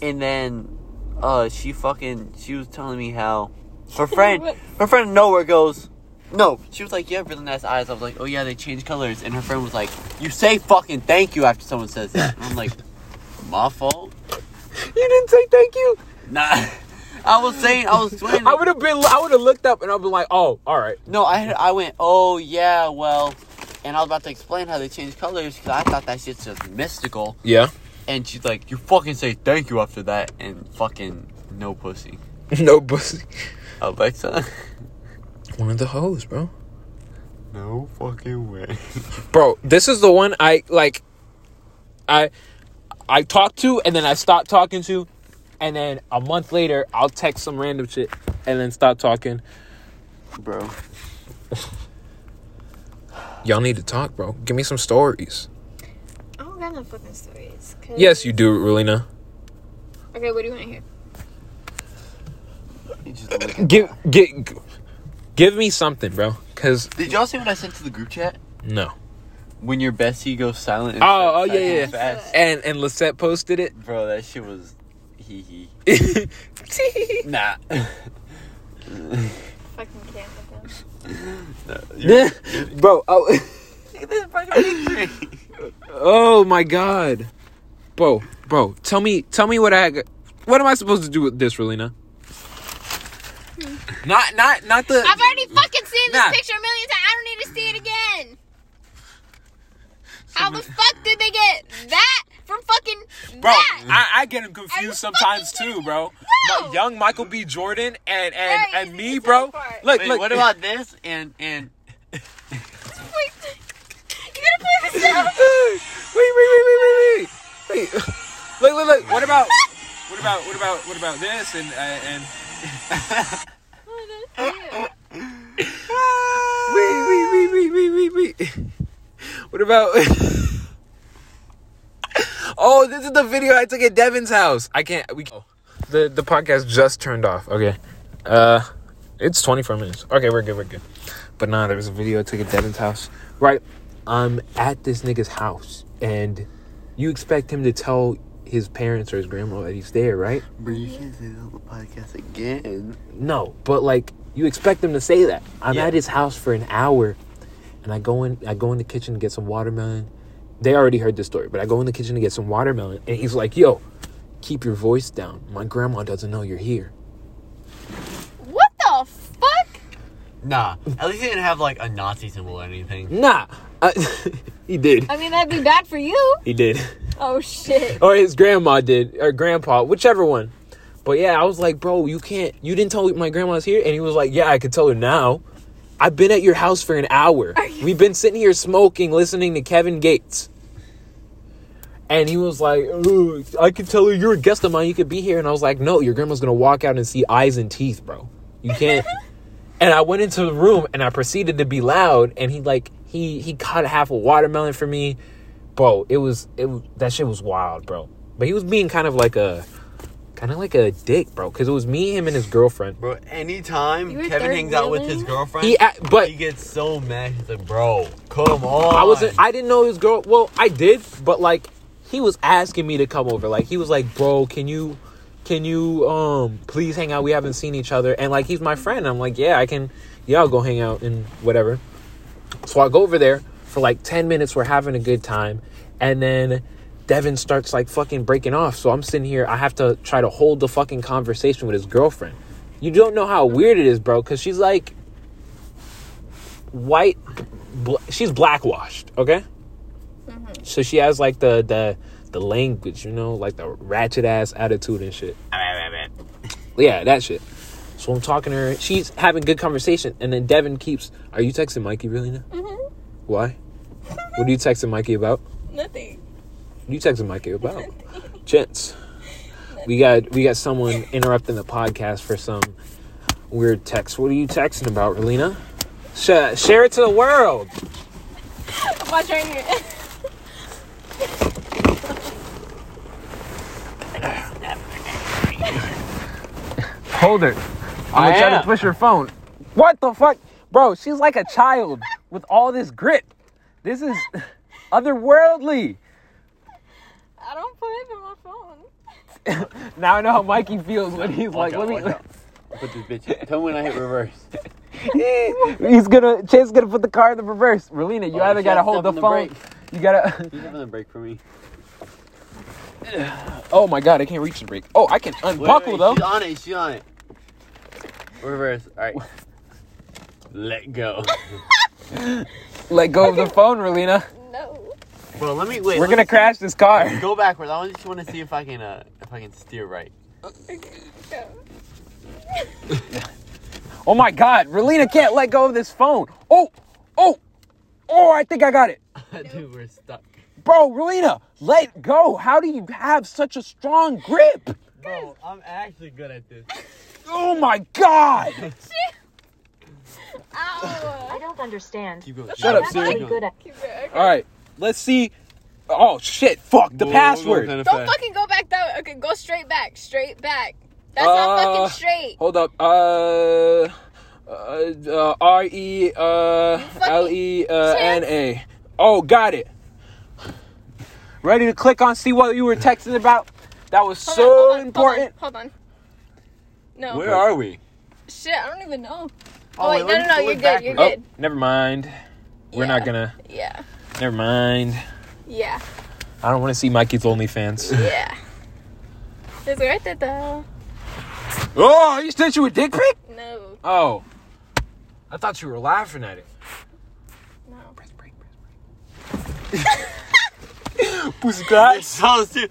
Speaker 3: And then, uh, she fucking she was telling me how her friend
Speaker 2: What?
Speaker 3: her friend nowhere goes. No, she was like, you have really nice eyes. I was like, oh yeah, they change colors, and her friend was like, you say fucking thank you after someone says that. And I'm like, my fault.
Speaker 1: you didn't say thank you.
Speaker 3: Nah. I was saying, I was explaining.
Speaker 1: I would have been. I would have looked up and I've been like, oh, all right.
Speaker 3: No, I had, I went, oh yeah, well, and I was about to explain how they change colors because I thought that shit's just mystical.
Speaker 1: Yeah.
Speaker 3: And she's like, you fucking say thank you after that, and fucking no pussy.
Speaker 1: no pussy.
Speaker 3: Alexa.
Speaker 1: One of the hoes, bro.
Speaker 3: No fucking way.
Speaker 1: Bro, this is the one I like. I I talked to and then I stopped talking to, and then a month later I'll text some random shit and then stop talking.
Speaker 3: Bro,
Speaker 1: Y'all need to talk, bro. Give me some stories.
Speaker 2: I don't got no fucking stories. 'cause-
Speaker 1: Yes, you do, Rulina.
Speaker 2: Okay, what do you want to hear?
Speaker 3: you just look at-
Speaker 1: Give give give me something, bro. Cause
Speaker 3: Did y'all see what I sent to the group chat?
Speaker 1: no.
Speaker 3: When your bestie goes silent. And
Speaker 1: Oh,
Speaker 3: starts
Speaker 1: oh, yeah,
Speaker 3: typing
Speaker 2: yeah.
Speaker 3: fast.
Speaker 1: And and Lisette posted it.
Speaker 3: Bro, that shit was hee hee. Nah.
Speaker 2: Fucking can't with them.
Speaker 1: bro, oh, oh my god. Bro, bro, tell me tell me what I got- what am I supposed to do with this, Relina?
Speaker 2: Hmm.
Speaker 1: Not not not the
Speaker 2: I've already fucking seen this
Speaker 1: Nah.
Speaker 2: picture a million times. I don't need to see it again. How the fuck did they get that from fucking
Speaker 1: Bro,
Speaker 2: that?
Speaker 1: I, I get
Speaker 2: Are
Speaker 1: him
Speaker 2: you
Speaker 1: confused sometimes too, bro.
Speaker 2: No.
Speaker 1: My- young Michael B. Jordan and and,
Speaker 2: Very
Speaker 1: and
Speaker 2: easy
Speaker 1: me,
Speaker 2: to
Speaker 1: bro.
Speaker 2: teleport.
Speaker 1: Look,
Speaker 3: Wait,
Speaker 1: look.
Speaker 3: what about this and and
Speaker 2: Wait, you gotta play this out.
Speaker 1: wait, wait, wait, wait, wait, wait. Wait. Look, look, look. What about what about what about what about this and uh, and wait, wait, wait, wait, wait, wait, wait. What about Oh, this is the video I took at Devin's house. I can't we The the podcast just turned off. Okay. Uh it's 24 minutes. Okay, we're good, we're good. But nah, there was a video I took at Devin's house. Right. I'm at this nigga's house and you expect him to tell his parents or his grandma that he's there, right?
Speaker 3: Bro, you can't say that on the podcast again.
Speaker 1: No, but like you expect them to say that. I'm
Speaker 3: Yeah.
Speaker 1: at his house for an hour, and I go in I go in the kitchen to get some watermelon. They already heard this story, but I go in the kitchen to get some watermelon and he's like, "Yo, keep your voice down. My grandma doesn't know you're here."
Speaker 2: What the fuck?
Speaker 3: Nah. At least he didn't have like a Nazi symbol or anything.
Speaker 1: Nah. I, he did.
Speaker 2: I mean, that'd be bad for you.
Speaker 1: He did.
Speaker 2: Oh shit.
Speaker 1: Or his grandma did or grandpa, whichever one. But yeah, I was like, "Bro, you can't you didn't tell my grandma's here." And he was like, "Yeah, I could tell her now." I've been at your house for an hour. We've been sitting here smoking, listening to Kevin Gates. And he was like, "Ugh, I could tell her you're a guest of mine. You could be here. And I was like, no, your grandma's going to walk out and see eyes and teeth, bro. You can't. and I went into the room and I proceeded to be loud. And he like, he, he caught a half a watermelon for me. Bro, it was, it was, that shit was wild, bro. But he was being kind of like a, kind of like a dick, bro. Cause it was me, him and his girlfriend.
Speaker 3: Bro,
Speaker 2: You
Speaker 3: anytime
Speaker 2: were
Speaker 3: Kevin hangs out with his
Speaker 2: third-wheeling?
Speaker 3: girlfriend,
Speaker 1: He, a- but
Speaker 3: he gets so mad. He's like, bro, come on.
Speaker 1: I wasn't. I didn't know his girl. Well, I did, but like he was asking me to come over. Like he was like, "Bro, can you, can you, um, please hang out? We haven't seen each other." And like he's my friend. I'm like, "Yeah, I can. Yeah, I'll go hang out and whatever." So I go over there for like ten minutes. We're having a good time, and then Devin starts like fucking breaking off. So I'm sitting here. I have to try to hold the fucking conversation with his girlfriend. You don't know how weird it is, bro, because she's like white bl- she's blackwashed okay so she has like the the the language you know like the ratchet ass attitude and shit yeah that shit so i'm talking to her she's having good conversation and then devin keeps are you texting mikey really now
Speaker 2: Mhm.
Speaker 1: why what are you texting mikey about
Speaker 2: Nothing.
Speaker 1: what are you texting mikey about gents we got we got someone interrupting the podcast for some weird text what are you texting about relina Sh- share it to the world
Speaker 2: Watch right here.
Speaker 1: Hold her. I'm gonna try to push her phone. What the fuck? Bro, she's like a child with all this grit. This is otherworldly.
Speaker 2: I don't put it in my phone.
Speaker 1: Now I know how Mikey feels when he's like, let
Speaker 3: out,
Speaker 1: me.
Speaker 3: watch Put this bitch. Tell me when I hit reverse.
Speaker 1: he's gonna, Chase is gonna put the car in the reverse. Relina, you
Speaker 3: Oh,
Speaker 1: either
Speaker 3: she
Speaker 1: gotta
Speaker 3: has
Speaker 1: hold
Speaker 3: stuff
Speaker 1: the
Speaker 3: in the
Speaker 1: phone.
Speaker 3: brake.
Speaker 1: you gotta.
Speaker 3: He's having a break for me.
Speaker 1: Oh my god, I can't reach the brake. Oh, I can
Speaker 3: Wait,
Speaker 1: unbuckle
Speaker 3: wait,
Speaker 1: though.
Speaker 3: She's on it. She's on it. Reverse. All right. Let go.
Speaker 1: Let go of the phone, Relina.
Speaker 2: No.
Speaker 3: Bro, let me wait.
Speaker 1: We're
Speaker 3: let
Speaker 1: gonna
Speaker 3: me
Speaker 1: crash this car.
Speaker 3: see- go backwards. I just want to see if I can uh if I can steer right.
Speaker 1: Oh my god, Relina can't let go of this phone. Oh, oh, oh, I think I got it.
Speaker 3: Dude, we're stuck.
Speaker 1: Bro, Relina, let go. How do you have such a strong grip?
Speaker 3: Bro, I'm actually good at this.
Speaker 1: Oh my god.
Speaker 2: Ow.
Speaker 7: I don't understand.
Speaker 3: Keep going.
Speaker 1: Shut up,
Speaker 7: Very
Speaker 1: Siri.
Speaker 7: good at
Speaker 2: Keep it.
Speaker 1: All right, let's see. Oh shit, fuck the password.
Speaker 2: Don't fucking go back that way. Okay, go straight back. Straight back. That's not
Speaker 1: Uh,
Speaker 2: fucking straight.
Speaker 1: Hold up. Uh uh, uh R E uh L E uh N A. Oh, got it. Ready to click on see what you were texting about? That was
Speaker 2: Hold
Speaker 1: so
Speaker 2: on, hold on,
Speaker 1: important.
Speaker 2: Hold on. Hold on. No.
Speaker 3: Where are we?
Speaker 2: Shit, I don't even know.
Speaker 3: Oh,
Speaker 2: Oh, wait,
Speaker 3: wait,
Speaker 2: no, no,
Speaker 3: let
Speaker 2: no,
Speaker 3: me
Speaker 2: you're
Speaker 3: go
Speaker 2: good, you're
Speaker 1: Oh,
Speaker 2: good.
Speaker 1: never mind. We're
Speaker 2: Yeah.
Speaker 1: not gonna.
Speaker 2: Yeah,
Speaker 1: Never mind.
Speaker 2: yeah,
Speaker 1: I don't want to see Mikey's OnlyFans.
Speaker 2: yeah. It's right there, though.
Speaker 1: oh, he sent you a dick pic?
Speaker 2: No,
Speaker 1: Oh. I thought you were laughing at it.
Speaker 2: no. Press break, press
Speaker 1: Pussy guys.
Speaker 3: So stu-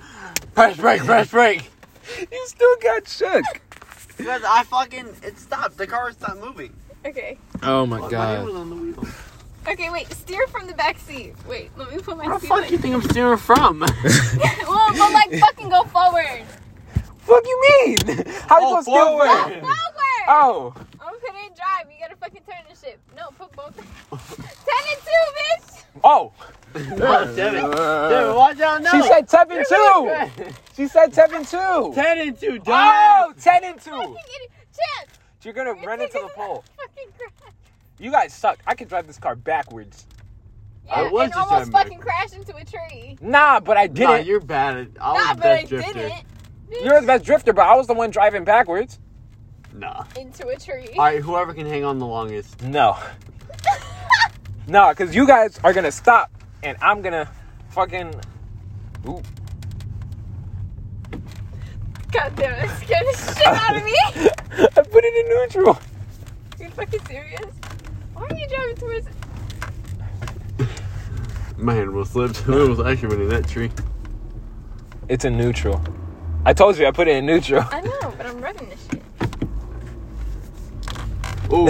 Speaker 3: press break, press break.
Speaker 1: You still got shook.
Speaker 3: Because I fucking it stopped. The car stopped moving.
Speaker 2: break. Okay.
Speaker 1: Oh my
Speaker 3: My hand was
Speaker 1: god.
Speaker 3: on the wheel.
Speaker 2: Okay, wait, steer from the back seat. Wait, let me put my
Speaker 3: Where the
Speaker 2: seat
Speaker 3: fuck you think I'm steering from?
Speaker 2: Well, but like fucking go forward.
Speaker 1: Fuck you mean? How you
Speaker 3: Oh,
Speaker 1: gonna steal
Speaker 3: forward.
Speaker 1: where?
Speaker 2: Forward!
Speaker 1: Oh.
Speaker 2: I'm gonna hit drive. You gotta fucking turn this shit. No, put both. 10 and 2, bitch!
Speaker 1: Oh.
Speaker 3: oh, damn it. Damn it, watch out now.
Speaker 1: She said 7 2. She said 7 2.
Speaker 3: 10 and 2,
Speaker 1: Oh, 10 and 2.
Speaker 2: Fucking get it. Chance!
Speaker 1: You're gonna
Speaker 2: you're
Speaker 1: run into
Speaker 2: taking
Speaker 1: the pole.
Speaker 2: Fucking crash.
Speaker 1: You guys suck. I can drive this car backwards.
Speaker 2: Yeah,
Speaker 3: I was
Speaker 2: and
Speaker 3: just
Speaker 2: almost
Speaker 3: driving back.
Speaker 2: fucking crashed into a tree.
Speaker 1: Nah, but I
Speaker 3: Nah,
Speaker 1: didn't.
Speaker 3: you're bad at. I was
Speaker 2: nah,
Speaker 3: the
Speaker 2: but I
Speaker 3: best drifter.
Speaker 2: didn't.
Speaker 1: You're the best drifter, but I was the one driving backwards.
Speaker 3: Nah.
Speaker 2: Into a tree.
Speaker 3: All right, whoever can hang on the longest.
Speaker 1: No. Nah, because you guys are gonna stop and I'm gonna fucking. Ooh.
Speaker 2: God damn it, scared the shit out of me.
Speaker 1: I put it in neutral.
Speaker 2: you fucking serious? Why are you driving towards
Speaker 3: My hand was slipped. It was actually in that tree.
Speaker 1: It's in neutral. I told you I put it in neutral.
Speaker 2: I know, but I'm running this shit.
Speaker 3: Ooh.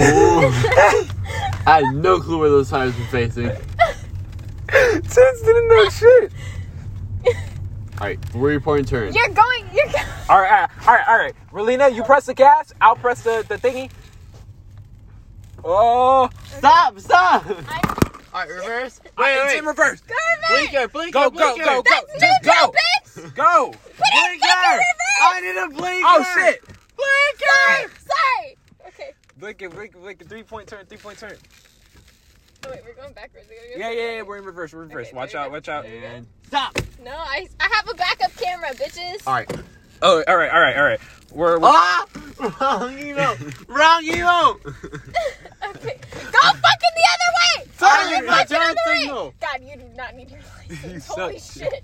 Speaker 3: I had no clue where those tires were facing.
Speaker 1: Since didn't know shit.
Speaker 3: Alright, where are you pouring turn?
Speaker 2: You're going you're going
Speaker 1: All right, all right, all right. Relina, you press the gas. I'll press the, the thingy. Oh,
Speaker 3: Stop, stop! Alright, reverse. Wait,
Speaker 1: it's
Speaker 3: wait.
Speaker 1: in reverse.
Speaker 3: Blinker, blinker,
Speaker 1: Go, go,
Speaker 3: blinker.
Speaker 1: go, go.
Speaker 2: That's
Speaker 1: Just
Speaker 2: neutral,
Speaker 1: go.
Speaker 2: bitch!
Speaker 1: Go. Blinker.
Speaker 3: I need a blinker!
Speaker 1: Oh, shit.
Speaker 2: Sorry, sorry. Okay.
Speaker 1: Blinker, blinker, blinker. Three point turn, three point turn.
Speaker 2: Oh wait, we're going backwards. We gotta go
Speaker 1: Yeah, yeah, yeah.
Speaker 2: forward.
Speaker 1: We're in reverse, we're in reverse.
Speaker 2: Okay,
Speaker 1: Watch
Speaker 2: there we
Speaker 1: out,
Speaker 2: go.
Speaker 1: watch out.
Speaker 3: And stop!
Speaker 2: No, I I have a backup camera, bitches.
Speaker 3: Alright.
Speaker 1: Oh, all right, all right, all right. We're, we're
Speaker 3: Ah! Wrong emote! Wrong emote!
Speaker 2: Okay. Go fucking the other way!
Speaker 3: Sorry, my
Speaker 2: Fucking
Speaker 3: turn
Speaker 2: other way!
Speaker 3: signal.
Speaker 2: God, you do not need your license.
Speaker 1: You
Speaker 2: Holy
Speaker 1: suck.
Speaker 2: shit.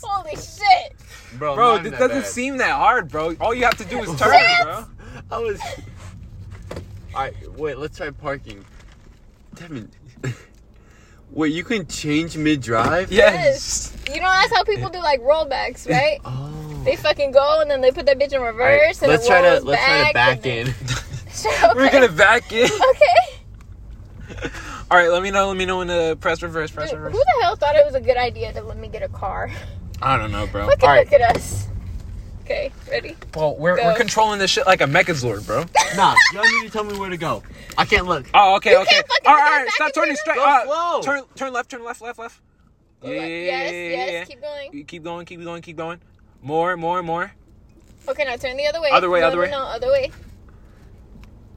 Speaker 2: Holy shit.
Speaker 3: Bro,
Speaker 1: bro.
Speaker 3: not
Speaker 1: This
Speaker 3: that
Speaker 1: doesn't
Speaker 3: bad.
Speaker 1: seem that hard, bro. All you have to do is turn,
Speaker 2: Yes.
Speaker 1: bro.
Speaker 3: I was. Alright, wait, let's try parking. Damn it. wait, you can change mid drive?
Speaker 1: Yes.
Speaker 2: You know that's how people do like rollbacks, right?
Speaker 3: Oh.
Speaker 2: They fucking go and then they put that bitch in
Speaker 3: Alright,
Speaker 2: reverse and
Speaker 3: let's
Speaker 2: it
Speaker 3: try to
Speaker 2: rolls
Speaker 3: let's try to
Speaker 2: back
Speaker 3: back in.
Speaker 2: okay.
Speaker 1: We're gonna back in.
Speaker 2: Okay.
Speaker 1: All right, let me know. Let me know when to press reverse. Press
Speaker 2: Dude, who
Speaker 1: reverse.
Speaker 2: the hell thought it was a good idea to let me get a car?
Speaker 3: I don't know, bro.
Speaker 2: Fucking
Speaker 3: Alright,
Speaker 2: look at us. Okay, ready?
Speaker 1: Well, we're,
Speaker 2: Go.
Speaker 1: we're controlling this shit like a mechazord, bro.
Speaker 3: nah, y'all need to tell me where to go. I can't look.
Speaker 1: Oh, okay,
Speaker 2: You
Speaker 1: okay.
Speaker 2: can't fucking
Speaker 1: all right,
Speaker 2: go
Speaker 1: all right.
Speaker 2: back
Speaker 1: Stop
Speaker 2: and
Speaker 1: turning
Speaker 2: forth.
Speaker 1: straight.
Speaker 3: Go
Speaker 1: Uh,
Speaker 3: slow.
Speaker 1: Turn, turn left, turn left, left, left. Yeah, yeah,
Speaker 2: yes,
Speaker 1: yeah,
Speaker 2: yes,
Speaker 1: yeah.
Speaker 2: keep going.
Speaker 1: You Keep going, keep going, keep going. More, more, more.
Speaker 2: Okay, now turn the other way.
Speaker 1: Other way,
Speaker 2: no,
Speaker 1: other
Speaker 2: no,
Speaker 1: way.
Speaker 2: No, other way.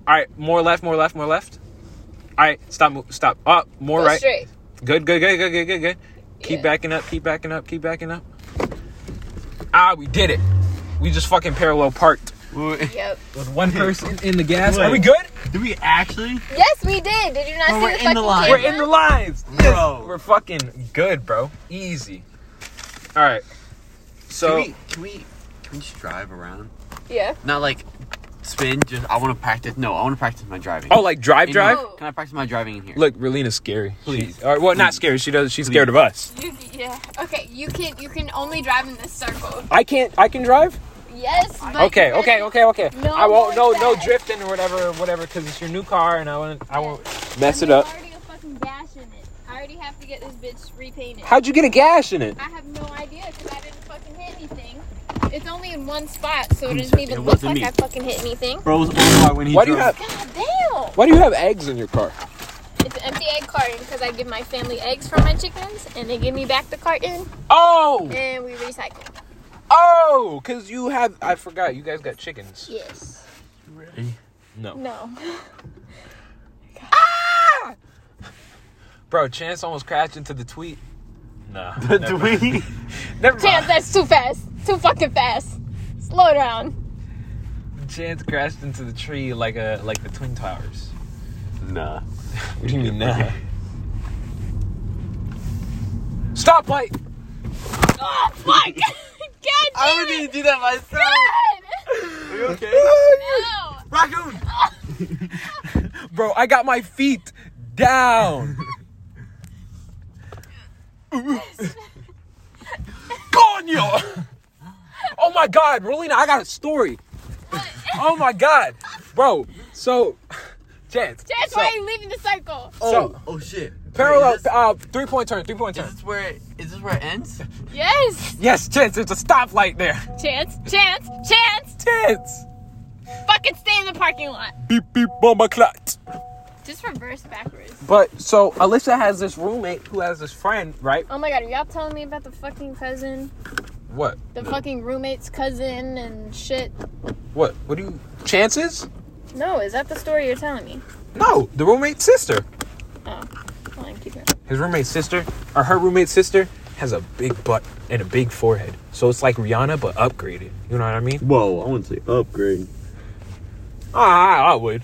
Speaker 1: All right, more left, more left, more left. All right, stop, mo- stop. Up, more
Speaker 2: Go
Speaker 1: right.
Speaker 2: straight.
Speaker 1: Good, good, good, good, good, good, good. Keep
Speaker 2: Yeah.
Speaker 1: backing up, keep backing up, keep backing up. Ah, we did it. We just fucking parallel parked
Speaker 3: Wait,
Speaker 2: Yep.
Speaker 1: with one person in the gas. Are
Speaker 3: Wait.
Speaker 1: we good?
Speaker 3: Did we actually?
Speaker 2: Yes, we did. Did you not
Speaker 3: Oh,
Speaker 2: see the
Speaker 3: we're in the
Speaker 2: fucking
Speaker 3: line.
Speaker 1: We're
Speaker 2: camera?
Speaker 1: in the lives.
Speaker 3: Bro.
Speaker 1: We're fucking good, bro. Easy. All right. So.
Speaker 3: can we can we can we just drive around?
Speaker 2: Yeah.
Speaker 3: Not like spin. Just I want to practice. No, I want to practice my driving.
Speaker 1: Oh, like drive,
Speaker 3: In
Speaker 1: drive.
Speaker 3: here. Can I practice my driving in here?
Speaker 1: Look, Relina's scary.
Speaker 3: Please.
Speaker 1: She- or, well, not
Speaker 3: Please.
Speaker 1: scary. She does. She's
Speaker 3: Please.
Speaker 1: scared of us.
Speaker 2: You, yeah. Okay, you can you can only drive in this circle.
Speaker 1: I can't. I can drive.
Speaker 2: Yes, but
Speaker 1: okay.
Speaker 2: you
Speaker 1: Okay.
Speaker 2: can-
Speaker 1: Okay. Okay.
Speaker 2: No
Speaker 1: I won't. No.
Speaker 2: more
Speaker 1: No
Speaker 2: fast.
Speaker 1: drifting or whatever. Whatever. Because it's your new car, and I won't. I won't mess
Speaker 2: There's
Speaker 1: it up.
Speaker 2: already a fucking gash in it. I already have to get this bitch repainted.
Speaker 1: How'd you get a gash in it?
Speaker 2: I have no idea because I didn't fucking hit anything. It's only in one spot, so it doesn't
Speaker 3: It
Speaker 2: even look
Speaker 3: wasn't
Speaker 2: like
Speaker 3: me.
Speaker 2: I fucking hit anything.
Speaker 3: Bro was on fire when he
Speaker 1: Why do you
Speaker 3: drove.
Speaker 1: have?
Speaker 2: God damn!
Speaker 1: Why do you have eggs in your car?
Speaker 2: It's an empty egg carton because I give my family eggs for my chickens, and they give me back the carton,
Speaker 1: Oh.
Speaker 2: and we recycle.
Speaker 1: Oh. Because you have. I forgot. You guys got chickens.
Speaker 2: Yes.
Speaker 1: No.
Speaker 2: No.
Speaker 1: Bro, Chance almost crashed into the tweet. Nah.
Speaker 3: Do we?
Speaker 1: Never
Speaker 2: Chance,
Speaker 1: mind.
Speaker 2: that's too fast. Too fucking fast. Slow down.
Speaker 1: Chance crashed into the tree like a like the twin towers.
Speaker 3: nah.
Speaker 1: What do you mean nah? Stop light!
Speaker 2: Oh fuck! God
Speaker 3: I
Speaker 2: damn
Speaker 3: would
Speaker 2: it!
Speaker 3: need to do that myself.
Speaker 2: God!
Speaker 3: Are you okay?
Speaker 2: No.
Speaker 3: Raccoon.
Speaker 1: Bro, I got my feet down. Coño! Oh my god, Rolina, I got a story. Oh my god. Bro, so Chance.
Speaker 2: Chance,
Speaker 1: so,
Speaker 2: why are you leaving the circle?
Speaker 3: Oh.
Speaker 1: So-
Speaker 3: oh shit.
Speaker 1: Parallel
Speaker 3: Wait, is, this,
Speaker 1: uh three point turn, three point
Speaker 3: is
Speaker 1: turn.
Speaker 3: this where it, is this where it ends?
Speaker 2: Yes.
Speaker 1: Yes, Chance, there's a stoplight there.
Speaker 2: Chance, Chance, Chance!
Speaker 1: Chance!
Speaker 2: Fucking stay in the parking lot.
Speaker 1: Beep beep bomba clot.
Speaker 2: Just reverse backwards.
Speaker 1: But so Alyssa has this roommate who has this friend, right?
Speaker 2: Oh my god, are y'all telling me about the fucking cousin?
Speaker 1: What?
Speaker 2: The fucking roommate's cousin and shit?
Speaker 1: What? What do you chances?
Speaker 2: No, is that the story you're telling me?
Speaker 1: No, the roommate's sister.
Speaker 2: Oh, hold on, keep it.
Speaker 1: His roommate's sister, or her roommate's sister, has a big butt and a big forehead. So it's like Rihanna but upgraded. You know what I mean?
Speaker 3: Whoa, I wouldn't say upgrade.
Speaker 1: Ah, I, I would.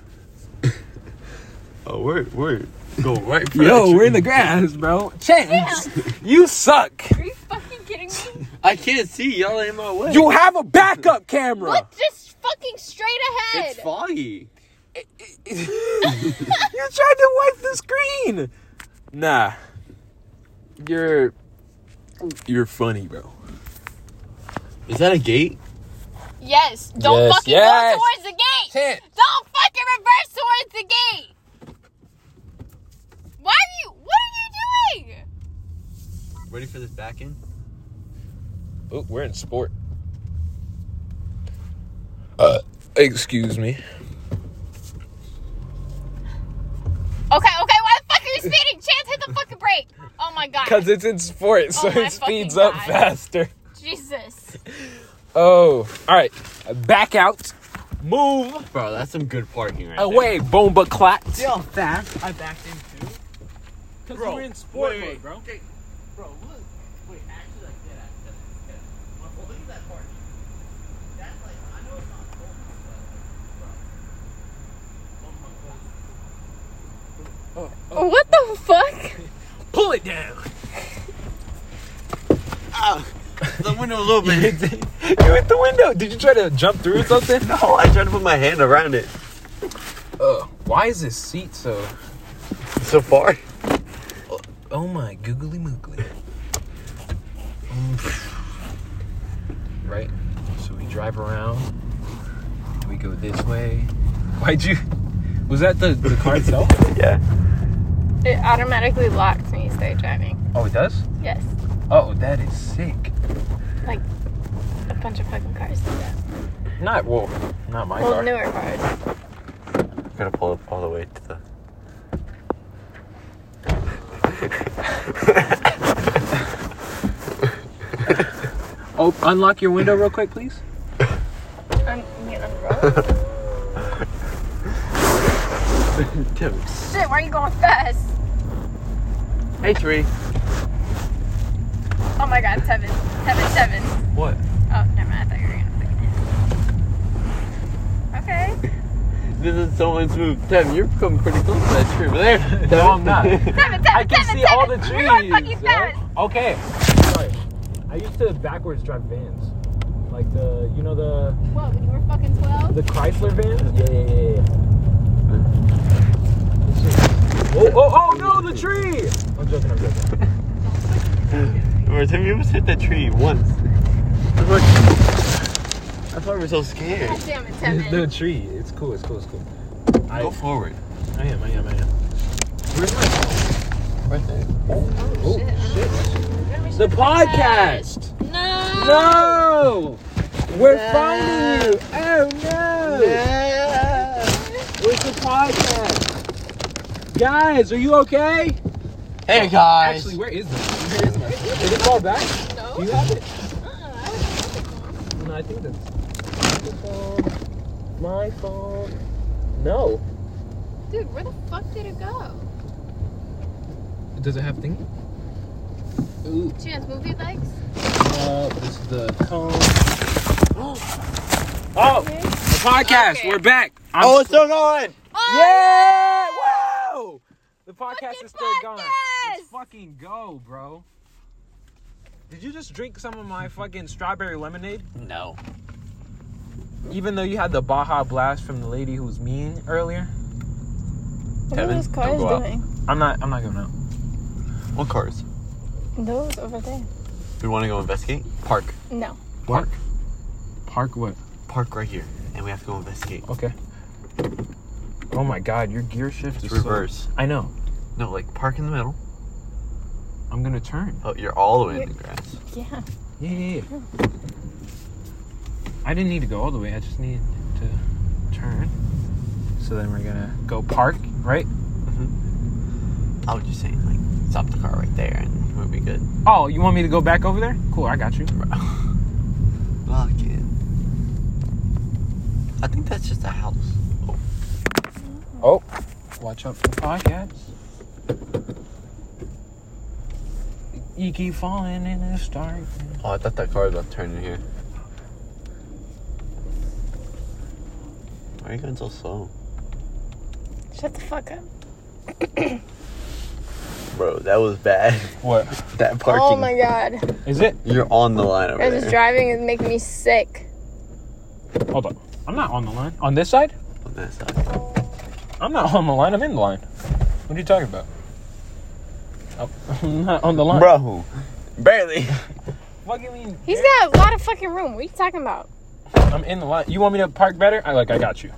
Speaker 3: Oh, word, word. Go right for
Speaker 1: Yo, we're in the grass, bro. Chance, you suck.
Speaker 2: Are you fucking kidding me?
Speaker 3: I can't see. Y'all ain't my way.
Speaker 1: You have a backup camera.
Speaker 2: Look just fucking straight ahead.
Speaker 3: It's foggy.
Speaker 1: you tried to wipe the screen. Nah. You're you're funny, bro.
Speaker 3: Is that a gate?
Speaker 2: Yes. Don't
Speaker 1: Yes,
Speaker 2: fucking
Speaker 1: yes.
Speaker 2: go towards the gate.
Speaker 1: Can't.
Speaker 2: Don't fucking reverse towards the gate. Why are you? What are you doing?
Speaker 3: Ready for this back end?
Speaker 1: Oh, we're in sport. Uh, excuse me.
Speaker 2: Okay, okay. Why the fuck are you speeding? Chance, hit the fucking brake. Oh my god.
Speaker 1: Cause it's in sport, so
Speaker 2: Oh my
Speaker 1: it speeds
Speaker 2: fucking
Speaker 1: up
Speaker 2: God.
Speaker 1: faster.
Speaker 2: Jesus.
Speaker 1: Oh, all right. Back out. Move
Speaker 3: Bro, that's some good parking right
Speaker 1: away, bomba clat.
Speaker 3: how fast I backed in too?
Speaker 1: Cause
Speaker 3: Bro,
Speaker 1: we're in sport mode,
Speaker 3: wait,
Speaker 1: bro.
Speaker 5: Bro, look. Wait, actually, like, dead ass. Dead ass. Dead ass. Well, look at that part. That's like, I know it's not gold, but, like, bro. Oh my god.
Speaker 2: What the fuck?
Speaker 1: Pull it down.
Speaker 3: The window a little
Speaker 1: you
Speaker 3: bit.
Speaker 1: hit the window. Did you try to jump through or something?
Speaker 3: no, I tried to put my hand around it.
Speaker 1: Uh, why is this seat so?
Speaker 3: So far.
Speaker 1: Oh my googly moogly. Right. So we drive around. We go this way. Why'd you? Was that the, the car itself?
Speaker 3: Yeah.
Speaker 2: It automatically locks when you start driving.
Speaker 1: Oh, it does.
Speaker 2: Yes.
Speaker 1: Oh, that is sick.
Speaker 2: Like a bunch of fucking cars do that.
Speaker 1: Not well, not my
Speaker 2: Well,
Speaker 1: car.
Speaker 2: newer cars.
Speaker 3: I'm gonna pull up all the way to the.
Speaker 1: Oh, unlock your window real quick, please.
Speaker 2: I'm getting on the road.
Speaker 3: Dude.
Speaker 2: Shit, why are you going fast?
Speaker 3: Hey, tree.
Speaker 2: Oh my god, Tevin. Tevin, Tevin.
Speaker 1: What?
Speaker 2: Oh, never mind. I thought you were gonna fucking hit. Okay.
Speaker 3: This is so smooth. Tim, you're coming pretty close to that tree over there.
Speaker 1: No, I'm not.
Speaker 2: Tevin, Tevin,
Speaker 1: I can
Speaker 2: Tevin,
Speaker 1: see
Speaker 2: Tevin.
Speaker 1: all the
Speaker 2: You're going
Speaker 1: trees.
Speaker 2: fucking
Speaker 1: yo.
Speaker 2: fast.
Speaker 1: Okay. Sorry. I used to backwards drive vans, like the you know the
Speaker 2: Whoa, when you were fucking 12?
Speaker 1: The Chrysler van? Yeah, yeah, yeah, yeah. It's just- Oh, oh, oh, no, the tree! I'm joking, I'm joking.
Speaker 3: Or Tim, you almost hit that tree once. That's why, that's why we're so scared.
Speaker 2: God damn it,
Speaker 1: It's
Speaker 2: Tevin.
Speaker 1: the tree. It's cool, it's cool, it's cool. I,
Speaker 3: Go forward.
Speaker 1: I am, I am, I am. Where's my phone?
Speaker 3: Right there.
Speaker 1: Oh, shit. The podcast!
Speaker 2: No!
Speaker 1: No! We're finding you! Oh, no! Where's the podcast? Guys, are you okay?
Speaker 3: Hey guys.
Speaker 1: Actually, where is this? Where is my Is it far back?
Speaker 2: No.
Speaker 1: Do you have it?
Speaker 2: Uh-uh, I was-
Speaker 1: No, Ah, I think that's your phone. My phone. No.
Speaker 2: Dude, where the fuck did it go?
Speaker 1: Does it have thingy? Ooh.
Speaker 2: Chance, movie likes?
Speaker 1: Uh, this is the phone. oh, the podcast.
Speaker 2: Okay.
Speaker 1: We're back. I'm-
Speaker 3: Oh, it's still going.
Speaker 2: Oh,
Speaker 1: yeah! Wow! The podcast
Speaker 2: Fucking
Speaker 1: is still gone. Let's
Speaker 2: podcast!
Speaker 1: fucking go, bro. Did you just drink some of my fucking strawberry lemonade?
Speaker 3: No.
Speaker 1: Even though you had the Baja Blast from the lady who was mean earlier,
Speaker 2: What
Speaker 3: are Tevin, those don't cars go out.
Speaker 2: doing?
Speaker 1: I'm not. I'm not going out.
Speaker 3: What cars?
Speaker 2: Those over there.
Speaker 3: We want to go investigate. Park.
Speaker 2: No.
Speaker 1: What? Park what?
Speaker 3: Park right here, and we have to go investigate.
Speaker 1: Okay. Oh my god, your gear shift is
Speaker 3: It's
Speaker 1: so-
Speaker 3: reverse.
Speaker 1: I know.
Speaker 3: No, like park in the middle.
Speaker 1: I'm gonna turn.
Speaker 3: Oh, you're all the way in the grass.
Speaker 2: Yeah.
Speaker 1: Yeah, yeah, yeah. I didn't need to go all the way. I just needed to turn. So then we're gonna go park, right?
Speaker 3: I was just saying, like, stop the car right there, and we'll be good.
Speaker 1: Oh, you want me to go back over there? Cool, I got you.
Speaker 3: Lock in. I think that's just a house. Oh,
Speaker 1: Oh, watch out for the podcast. You keep falling in the dark.
Speaker 3: oh I thought that car was about to turn in here. Why are you going so slow?
Speaker 2: Shut the fuck up.
Speaker 3: Bro, that was bad.
Speaker 1: What
Speaker 3: That parking.
Speaker 2: Oh my god.
Speaker 1: is it?
Speaker 3: You're on the line over
Speaker 2: I
Speaker 3: there.
Speaker 2: just driving is making me sick.
Speaker 1: Hold on. I'm not on the line. On this side?
Speaker 3: on that side.
Speaker 1: I'm not on the line. I'm in the line. What are you talking about? Oh, I'm not on the
Speaker 2: Oh.
Speaker 1: line.
Speaker 3: Bro, barely.
Speaker 1: What do you mean?
Speaker 2: He's got a lot of fucking room. What are you talking about?
Speaker 1: I'm in the line. You want me to park better? I like. I got you.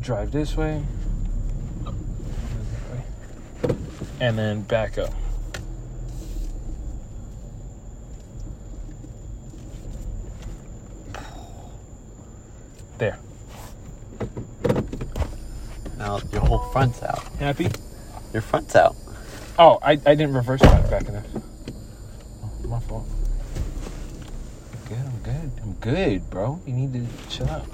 Speaker 1: Drive this way, and then back up. There.
Speaker 3: Now your whole front's out.
Speaker 1: Happy?
Speaker 3: Your front's out.
Speaker 1: Oh, I, I didn't reverse that back in there. Oh, my fault. Good. I'm good. I'm good, bro. You need to chill out.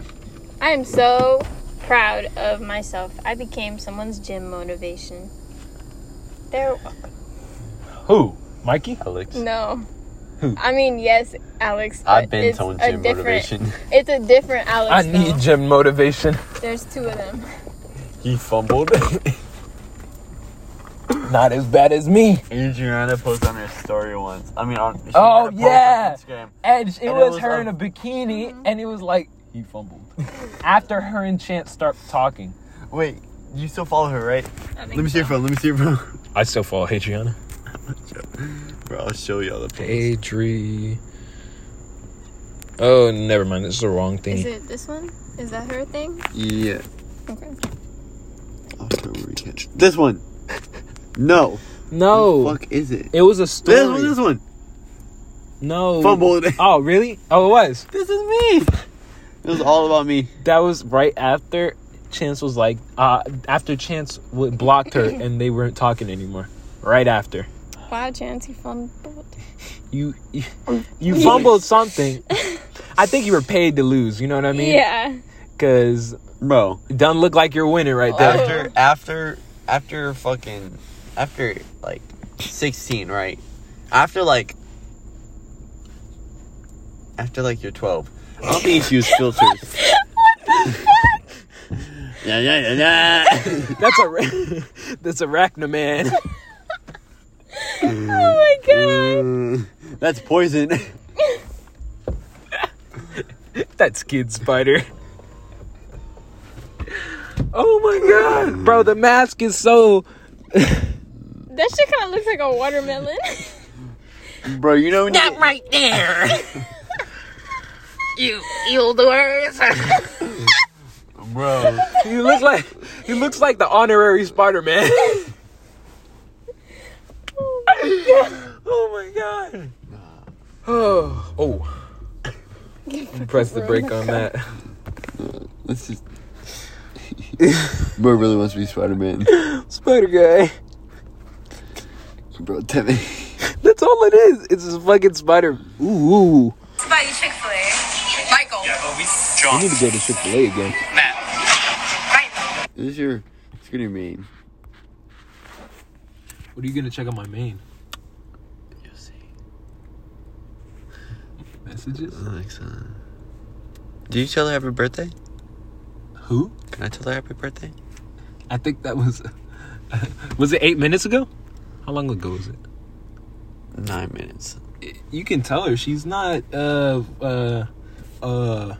Speaker 2: I am so proud of myself. I became someone's gym motivation. There
Speaker 1: Who? Mikey?
Speaker 3: Alex.
Speaker 2: no.
Speaker 1: Who?
Speaker 2: I mean, yes, Alex.
Speaker 3: I've
Speaker 2: but
Speaker 3: been
Speaker 2: it's
Speaker 3: someone's
Speaker 2: a
Speaker 3: gym
Speaker 2: different-
Speaker 3: motivation.
Speaker 2: It's a different Alex.
Speaker 1: I
Speaker 2: though.
Speaker 1: need gym motivation.
Speaker 2: There's two of them.
Speaker 3: He fumbled.
Speaker 1: Not as bad as me.
Speaker 3: Adriana posted on her story once. I mean, on she
Speaker 1: Oh,
Speaker 3: had a post
Speaker 1: yeah.
Speaker 3: on Instagram.
Speaker 1: Edge. It
Speaker 3: And it
Speaker 1: was, "Mm-hmm."
Speaker 3: was
Speaker 1: her
Speaker 3: a-
Speaker 1: in a bikini, and it was like he fumbled. After her and Chance start talking,
Speaker 3: Wait, you still follow her, right? Let me see your phone. Let me see your phone.
Speaker 1: I still follow Adriana.
Speaker 3: Bro, I'll show y'all the page.
Speaker 1: Adri. Oh, never mind. This is the wrong
Speaker 2: Is
Speaker 1: thing.
Speaker 2: it this one? Is that her thing?
Speaker 3: Yeah. Oh,
Speaker 2: Okay.
Speaker 3: I'll show where we catch. This one. No.
Speaker 1: No,
Speaker 3: What the fuck is it?
Speaker 1: it was a
Speaker 3: This one. This
Speaker 1: story.
Speaker 3: one.
Speaker 1: No,
Speaker 3: Fumbled.
Speaker 1: Oh, really? Oh, it was.
Speaker 3: This is me. It was all about me.
Speaker 1: That was right after Chance was like, uh, after Chance w- blocked her, and they weren't talking anymore. Right after.
Speaker 2: Wow, Chance, you fumbled.
Speaker 1: you you, you fumbled something. I think you were paid to lose. You know what I mean?
Speaker 2: yeah.
Speaker 1: Because
Speaker 3: Bro.
Speaker 1: it doesn't look like you're winning right there.
Speaker 3: after after after fucking after like 16 right after like after like you're 12 i don't think you use filters yeah yeah yeah yeah
Speaker 1: That's a ra- that's arachnoman.
Speaker 2: Oh my god.
Speaker 3: Mm, that's poison
Speaker 1: that's kid spider. Oh my god, bro! The mask is so.
Speaker 2: That shit kind of looks like a watermelon.
Speaker 3: bro you know when you,
Speaker 4: right there. you evil doers.
Speaker 3: bro
Speaker 1: He looks like he looks like the honorary Spider Man. oh my god! Oh, oh. Press the brake on that.
Speaker 3: this is bro really wants to be spider-man
Speaker 1: Spider guy.
Speaker 3: bro tell me
Speaker 1: That's all it is. It's this fucking spider. Ooh, ooh.
Speaker 7: Spidey Chick Fil A. Michael.
Speaker 1: We need to go to Chick Fil A again.
Speaker 3: this is your scooter mean
Speaker 1: What are you gonna check on my main
Speaker 3: you'll see
Speaker 1: messages?
Speaker 3: Alexa. Did you tell her happy birthday?
Speaker 1: Who?
Speaker 3: Can I tell her happy birthday?
Speaker 1: I think that was. was it eight minutes ago? How long ago was it?
Speaker 3: Nine minutes.
Speaker 1: you can tell her she's not uh uh uh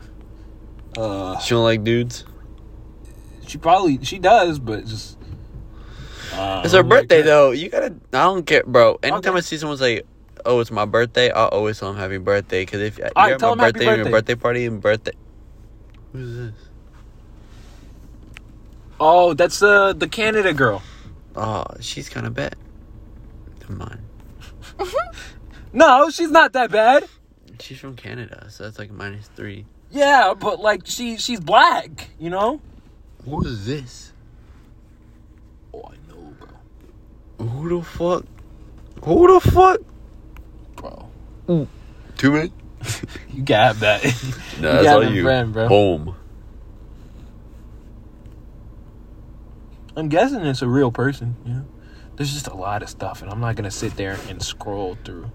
Speaker 1: uh
Speaker 3: She don't like dudes.
Speaker 1: she probably she does but just uh,
Speaker 3: It's her
Speaker 1: like
Speaker 3: birthday
Speaker 1: that.
Speaker 3: though. You gotta. I don't care, bro. Anytime
Speaker 1: Okay.
Speaker 3: I see someone say, "Oh, it's my birthday," I always tell them happy birthday. Cause if you're
Speaker 1: Alright,
Speaker 3: at
Speaker 1: tell
Speaker 3: my
Speaker 1: 'em happy
Speaker 3: birthday, and your
Speaker 1: birthday.
Speaker 3: birthday party and birthday. Who's this?
Speaker 1: oh that's uh the canada girl
Speaker 3: Oh, she's kind of bad. Never mind.
Speaker 1: no she's not that bad
Speaker 3: She's from Canada, so that's like minus three.
Speaker 1: yeah but like she she's black you know
Speaker 3: Who is this?
Speaker 1: oh i know bro
Speaker 3: Who the fuck? Who the fuck?
Speaker 1: bro
Speaker 3: Two minutes.
Speaker 1: you can have that
Speaker 3: No,
Speaker 1: You
Speaker 3: that's
Speaker 1: got
Speaker 3: all
Speaker 1: a
Speaker 3: you.
Speaker 1: friend, bro.
Speaker 3: Boom.
Speaker 1: i'm guessing it's a real person you know there's just a lot of stuff and i'm not gonna sit there and scroll through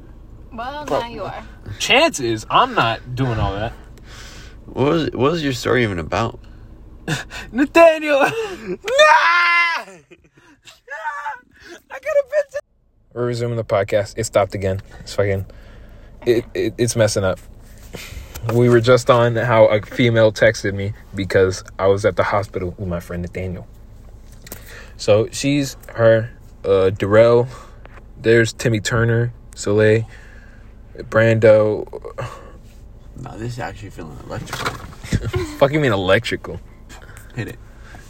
Speaker 2: well, now you are.
Speaker 1: chances i'm not doing all that
Speaker 3: What was what was your story even about?
Speaker 1: Nathaniel! We're resuming the podcast. It stopped again. It's fucking. It, it, it's messing up. We were just on how a female texted me because I was at the hospital with my friend Nathaniel. So she's her, uh, Darrell. There's Timmy Turner, Soleil, Brando.
Speaker 3: No, this is actually feeling electrical.
Speaker 1: Fucking mean electrical.
Speaker 3: Hit it.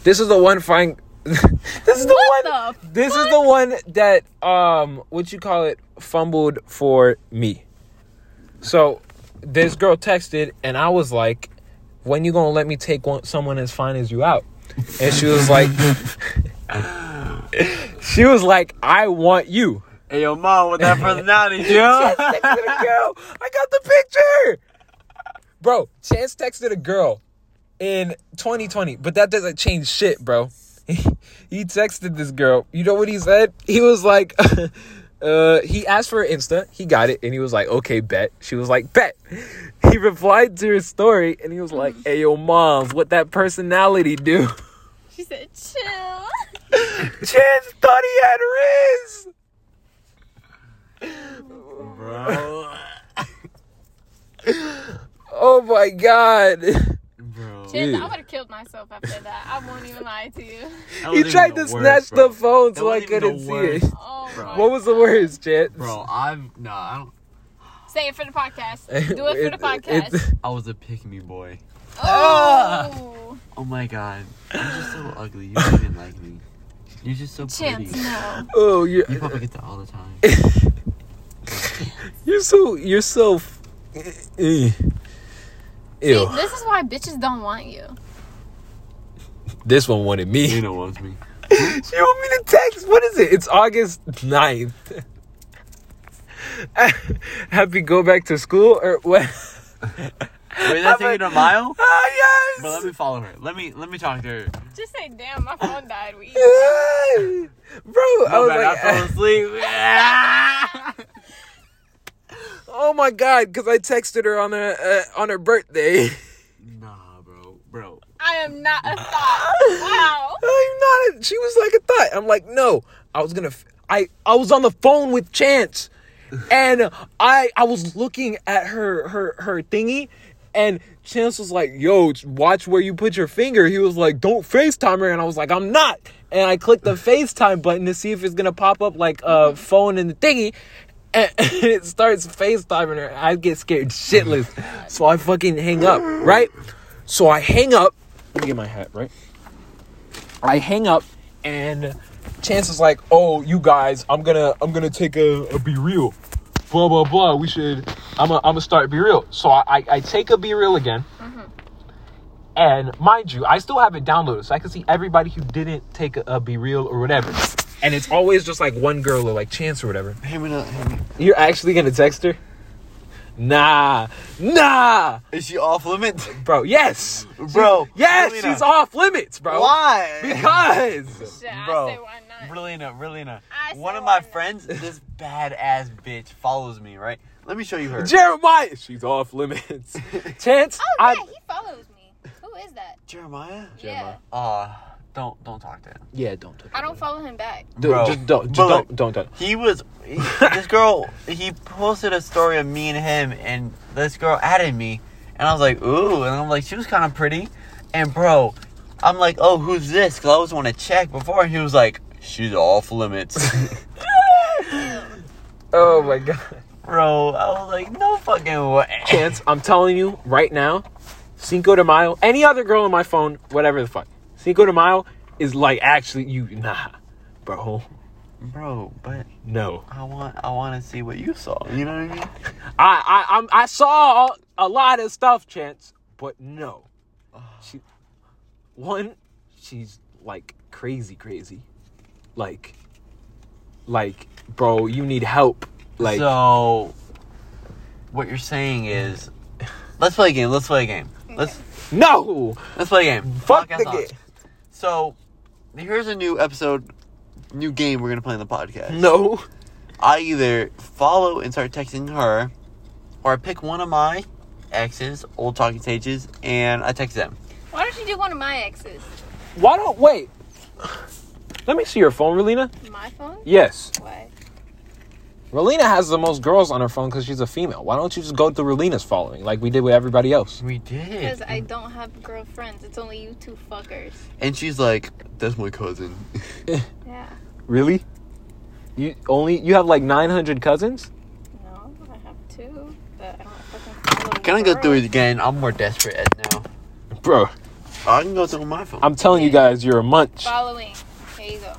Speaker 1: This is the one fine. this is the
Speaker 2: What
Speaker 1: one.
Speaker 2: the
Speaker 1: This is the one that um what you call it fumbled for me. So this girl texted and I was like, "When you gonna let me take one, someone as fine as you out?" And she was like, "She was like, I want you."
Speaker 3: Hey, yo, mom, with that personality,
Speaker 1: Chance texted a girl. I got the picture. Bro, Chance texted a girl in 2020, but that doesn't change shit, bro. he texted this girl. You know what he said? He was like, uh, he asked for her Insta. He got it, and he was like, okay, bet. She was like, bet. He replied to her story, and he was like, hey, yo, moms, what that personality do?
Speaker 2: She said, chill.
Speaker 1: Chance thought he had Riz.
Speaker 3: Bro.
Speaker 1: Oh my god.
Speaker 3: Bro.
Speaker 2: Chance,
Speaker 1: Ew.
Speaker 2: I would have killed myself after that. I won't even lie to you.
Speaker 1: He tried to snatch the phone so I
Speaker 3: wasn't even
Speaker 1: couldn't
Speaker 3: the
Speaker 1: see
Speaker 3: worst.
Speaker 1: it.
Speaker 2: Oh,
Speaker 3: Bro.
Speaker 2: my
Speaker 1: What was the
Speaker 2: God.
Speaker 1: worst, Chance?
Speaker 3: Bro, I'm. No, I don't.
Speaker 2: Say it for the podcast. Do it for the podcast.
Speaker 3: I was a pick me boy.
Speaker 2: oh,
Speaker 3: Oh my god. I'm just so ugly. You don't even like me. You're just so
Speaker 2: Chance,
Speaker 3: pretty.
Speaker 2: no.
Speaker 1: oh, you're,
Speaker 3: You probably get that all the time.
Speaker 1: you're so you're so. f- eh.
Speaker 2: See,
Speaker 1: Ew.
Speaker 2: this is why bitches don't want you.
Speaker 1: This one wanted me.
Speaker 3: You
Speaker 1: You
Speaker 3: know wants me.
Speaker 1: want me to text? What is it? It's August 9th. Happy go back to school or what?
Speaker 3: Wait, that's taking a mile?
Speaker 1: Ah
Speaker 3: But let me follow her. Let me let me talk to her.
Speaker 2: Just say, damn, my phone died. We
Speaker 1: yes. Bro, I was
Speaker 3: man,
Speaker 1: like,
Speaker 3: I fell asleep.
Speaker 1: oh my god, because I texted her on her uh, on her birthday.
Speaker 3: nah, bro, bro.
Speaker 2: I am not a thought. Wow.
Speaker 1: I'm not. A, she was like a thought. I'm like, no. I was gonna. f- I I was on the phone with Chance, and I I was looking at her her her thingy, and Chance was like, yo, watch where you put your finger. He was like, don't FaceTime her, and I was like, I'm not. And I clicked the FaceTime button to see if it's gonna pop up like a uh, phone in the thingy. And and it starts FaceTiming her. I get scared shitless. So I fucking hang up, right? So I hang up. Let me get my hat, right? I hang up and Chance is like, "Oh, you guys, I'm gonna I'm gonna take a, a be real, blah blah blah. We should I'm a, I'm gonna start be real." So I I, I take a be real again, and mind you, I still have it downloaded, so I can see everybody who didn't take a, a be real or whatever. And it's always just like one girl or like Chance or whatever.
Speaker 3: Hey, me not. Hey, me.
Speaker 1: You're actually gonna text her? Nah, nah,
Speaker 3: Is she off limits,
Speaker 1: bro. Yes,
Speaker 3: bro?
Speaker 1: yes.
Speaker 3: Relina,
Speaker 1: She's off limits, bro.
Speaker 3: Why?
Speaker 1: Because.
Speaker 2: Shit,
Speaker 3: Bro.
Speaker 2: I say why not.
Speaker 3: Relina, Relina.
Speaker 2: I
Speaker 3: One
Speaker 2: said
Speaker 3: of my
Speaker 2: why not.
Speaker 3: friends, this badass bitch, follows me. Right? Let me show you her.
Speaker 1: Jeremiah, she's off limits. Chance,
Speaker 2: Oh, yeah,
Speaker 1: I
Speaker 2: he follows me. Who is that?
Speaker 3: Jeremiah.
Speaker 2: Yeah.
Speaker 3: Uh, don't don't talk to him.
Speaker 1: yeah, don't. touch
Speaker 2: I
Speaker 1: her.
Speaker 2: don't follow him back.
Speaker 1: Dude,
Speaker 3: Bro.
Speaker 1: just don't, just
Speaker 3: Bro.
Speaker 1: don't, don't, don't.
Speaker 3: He was he- this girl. He posted a story of me and him, and this girl added me, and I was like, ooh, and I'm like, she was kind of pretty, and bro, I'm like, oh, who's this? Cause I always want to check before, and he was like, she's off limits,
Speaker 1: Oh my god,
Speaker 3: bro. I was like, no fucking way.
Speaker 1: Chance, I'm telling you right now, Cinco de Mayo, any other girl on my phone, whatever the fuck, Cinco de Mayo is like actually you nah, bro,
Speaker 3: Bro, but
Speaker 1: no.
Speaker 3: I want I want to see what you saw. You know what I mean?
Speaker 1: I I I'm, I saw a lot of stuff, Chance, but no. She, one, she's like crazy, crazy, like, like, bro, you need help, like.
Speaker 3: so, what you're saying is, let's play a game. Let's play a game. Let's
Speaker 1: No!
Speaker 3: let's play a game.
Speaker 1: Fuck
Speaker 3: Podcast
Speaker 1: the
Speaker 3: on.
Speaker 1: game.
Speaker 3: So, here's a new episode, new game we're gonna play in the podcast.
Speaker 1: No.
Speaker 3: I either follow and start texting her, or I pick one of my exes, old talking stages, and I text them.
Speaker 2: Why don't you do one of my exes?
Speaker 1: Why don't wait? Let me see your phone, Relina.
Speaker 2: My phone?
Speaker 1: Yes,
Speaker 2: Why?
Speaker 1: Relina has the most girls on her phone because she's a female. Why don't you just go through Relina's following like we did with everybody else?
Speaker 3: We
Speaker 2: Because
Speaker 3: did.
Speaker 2: I don't have girlfriends. It's only you two fuckers.
Speaker 3: And she's like, that's my cousin.
Speaker 2: Yeah.
Speaker 1: Really? You only you have like 900 cousins?
Speaker 2: No, I have two, but I don't fucking follow
Speaker 3: Can I go through it
Speaker 2: girls.
Speaker 3: again? I'm more desperate at now.
Speaker 1: Bro,
Speaker 3: Oh, I can go through my phone.
Speaker 1: I'm telling you guys, you're a munch.
Speaker 2: Following. There you go.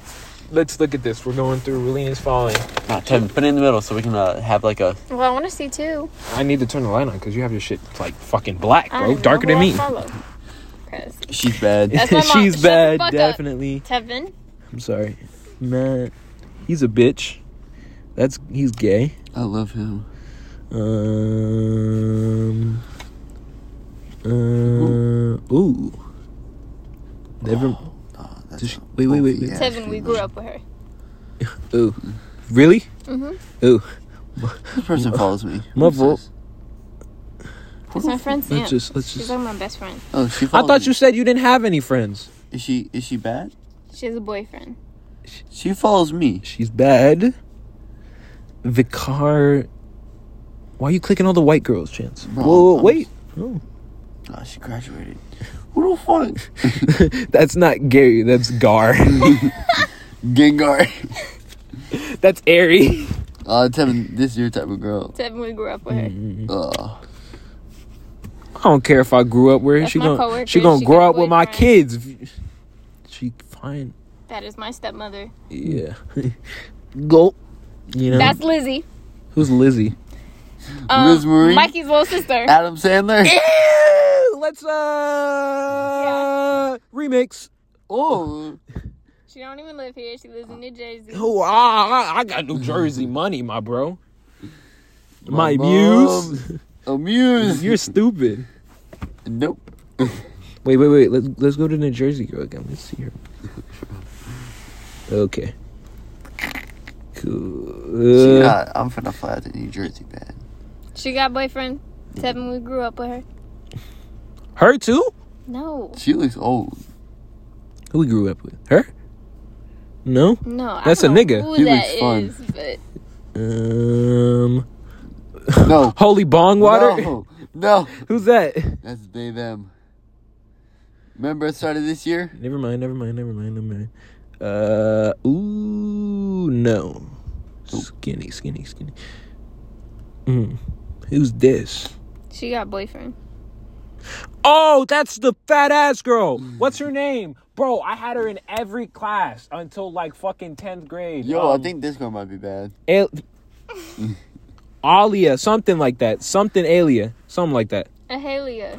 Speaker 1: Let's look at this. We're going through Relina's following.
Speaker 3: Nah, Tim, put it in the middle so we can uh, have like a.
Speaker 2: Well, I want to see two.
Speaker 1: I need to turn the light on because you have your shit like fucking black, bro. Darker than me.
Speaker 3: She's bad.
Speaker 2: That's my mom.
Speaker 1: She's
Speaker 2: Shut the
Speaker 1: bad,
Speaker 2: fuck up.
Speaker 1: definitely.
Speaker 2: Tevin.
Speaker 1: I'm sorry. Man, he's a bitch. That's he's gay.
Speaker 3: I love him.
Speaker 1: Um. Uh. Ooh. Never.
Speaker 3: Oh, that's
Speaker 1: Does she- wait, wait, wait, wait.
Speaker 3: Yeah,
Speaker 2: Tevin, we
Speaker 3: she-
Speaker 2: grew up with her.
Speaker 1: Ooh. Really? Mm-hmm. Ooh.
Speaker 3: This person follows me.
Speaker 1: My
Speaker 3: Who's
Speaker 1: vo-
Speaker 3: this?
Speaker 2: It's my friend Sam.
Speaker 1: Let's just. Let's
Speaker 2: She's
Speaker 1: just.
Speaker 2: like my best friend.
Speaker 3: Oh, she.
Speaker 1: I
Speaker 3: Follows
Speaker 1: thought
Speaker 3: me.
Speaker 1: you said you didn't have any friends.
Speaker 3: Is she? Is she bad?
Speaker 2: She has a boyfriend.
Speaker 3: She follows me.
Speaker 1: She's bad. Vicar. Why are you clicking all the white girls, Chance?
Speaker 3: Bro,
Speaker 1: Whoa,
Speaker 3: I'm-
Speaker 1: wait.
Speaker 3: Oh, she graduated. Who the fuck?
Speaker 1: that's not Gary. That's Gar.
Speaker 3: Gengar.
Speaker 1: that's Airy.
Speaker 3: Uh, Tevin, this is your type of girl.
Speaker 2: Tevin, we grew up with her.
Speaker 3: Uh,
Speaker 1: I don't care if I grew up with her.
Speaker 2: That's
Speaker 1: She
Speaker 2: my
Speaker 1: gonna
Speaker 2: coworker.
Speaker 1: she gonna
Speaker 2: She
Speaker 1: grow
Speaker 2: got
Speaker 1: up with my
Speaker 2: boyfriend.
Speaker 1: kids. If- She fine.
Speaker 2: That is my stepmother.
Speaker 1: Yeah. Go. You know
Speaker 2: That's Lizzie.
Speaker 1: who's Lizzie?
Speaker 2: Um,
Speaker 3: Liz Marie?
Speaker 2: Mikey's little sister.
Speaker 3: Adam Sandler.
Speaker 1: Let's uh remix.
Speaker 3: Oh,
Speaker 2: She don't even live here. She lives in New Jersey.
Speaker 1: Oh, I, I- I got New Jersey money, my bro. My,
Speaker 3: My
Speaker 1: muse.
Speaker 3: amuse.
Speaker 1: You're stupid.
Speaker 3: Nope.
Speaker 1: Wait, wait, wait. Let's let's go to New Jersey girl again. Let's see her. Okay. Cool. Uh,
Speaker 3: Yeah, I'm finna fly out to New Jersey, man.
Speaker 2: She got boyfriend. Tevin, we grew up with her.
Speaker 1: Her too?
Speaker 2: No,
Speaker 3: She looks old.
Speaker 1: Who we grew up with? Her? No.
Speaker 2: no. I
Speaker 1: That's
Speaker 2: don't know
Speaker 1: a nigga.
Speaker 2: Who
Speaker 3: He
Speaker 2: that
Speaker 3: looks fun.
Speaker 2: is, But
Speaker 1: Um.
Speaker 3: No.
Speaker 1: Holy bong water.
Speaker 3: No. no.
Speaker 1: Who's that?
Speaker 3: That's they them. Remember it started this year?
Speaker 1: Never mind. Never mind. Never mind. Never mind. Uh. Ooh. No. Skinny. Skinny. Skinny. Mm. Who's this?
Speaker 2: she got boyfriend.
Speaker 1: Oh, that's the fat ass girl. What's her name? Bro, I had her in every class until like fucking 10th grade.
Speaker 3: Yo,
Speaker 1: Um,
Speaker 3: I think this girl might be bad.
Speaker 1: Al- Alia, something like that. Something Alia. Something like that.
Speaker 2: Ahelia.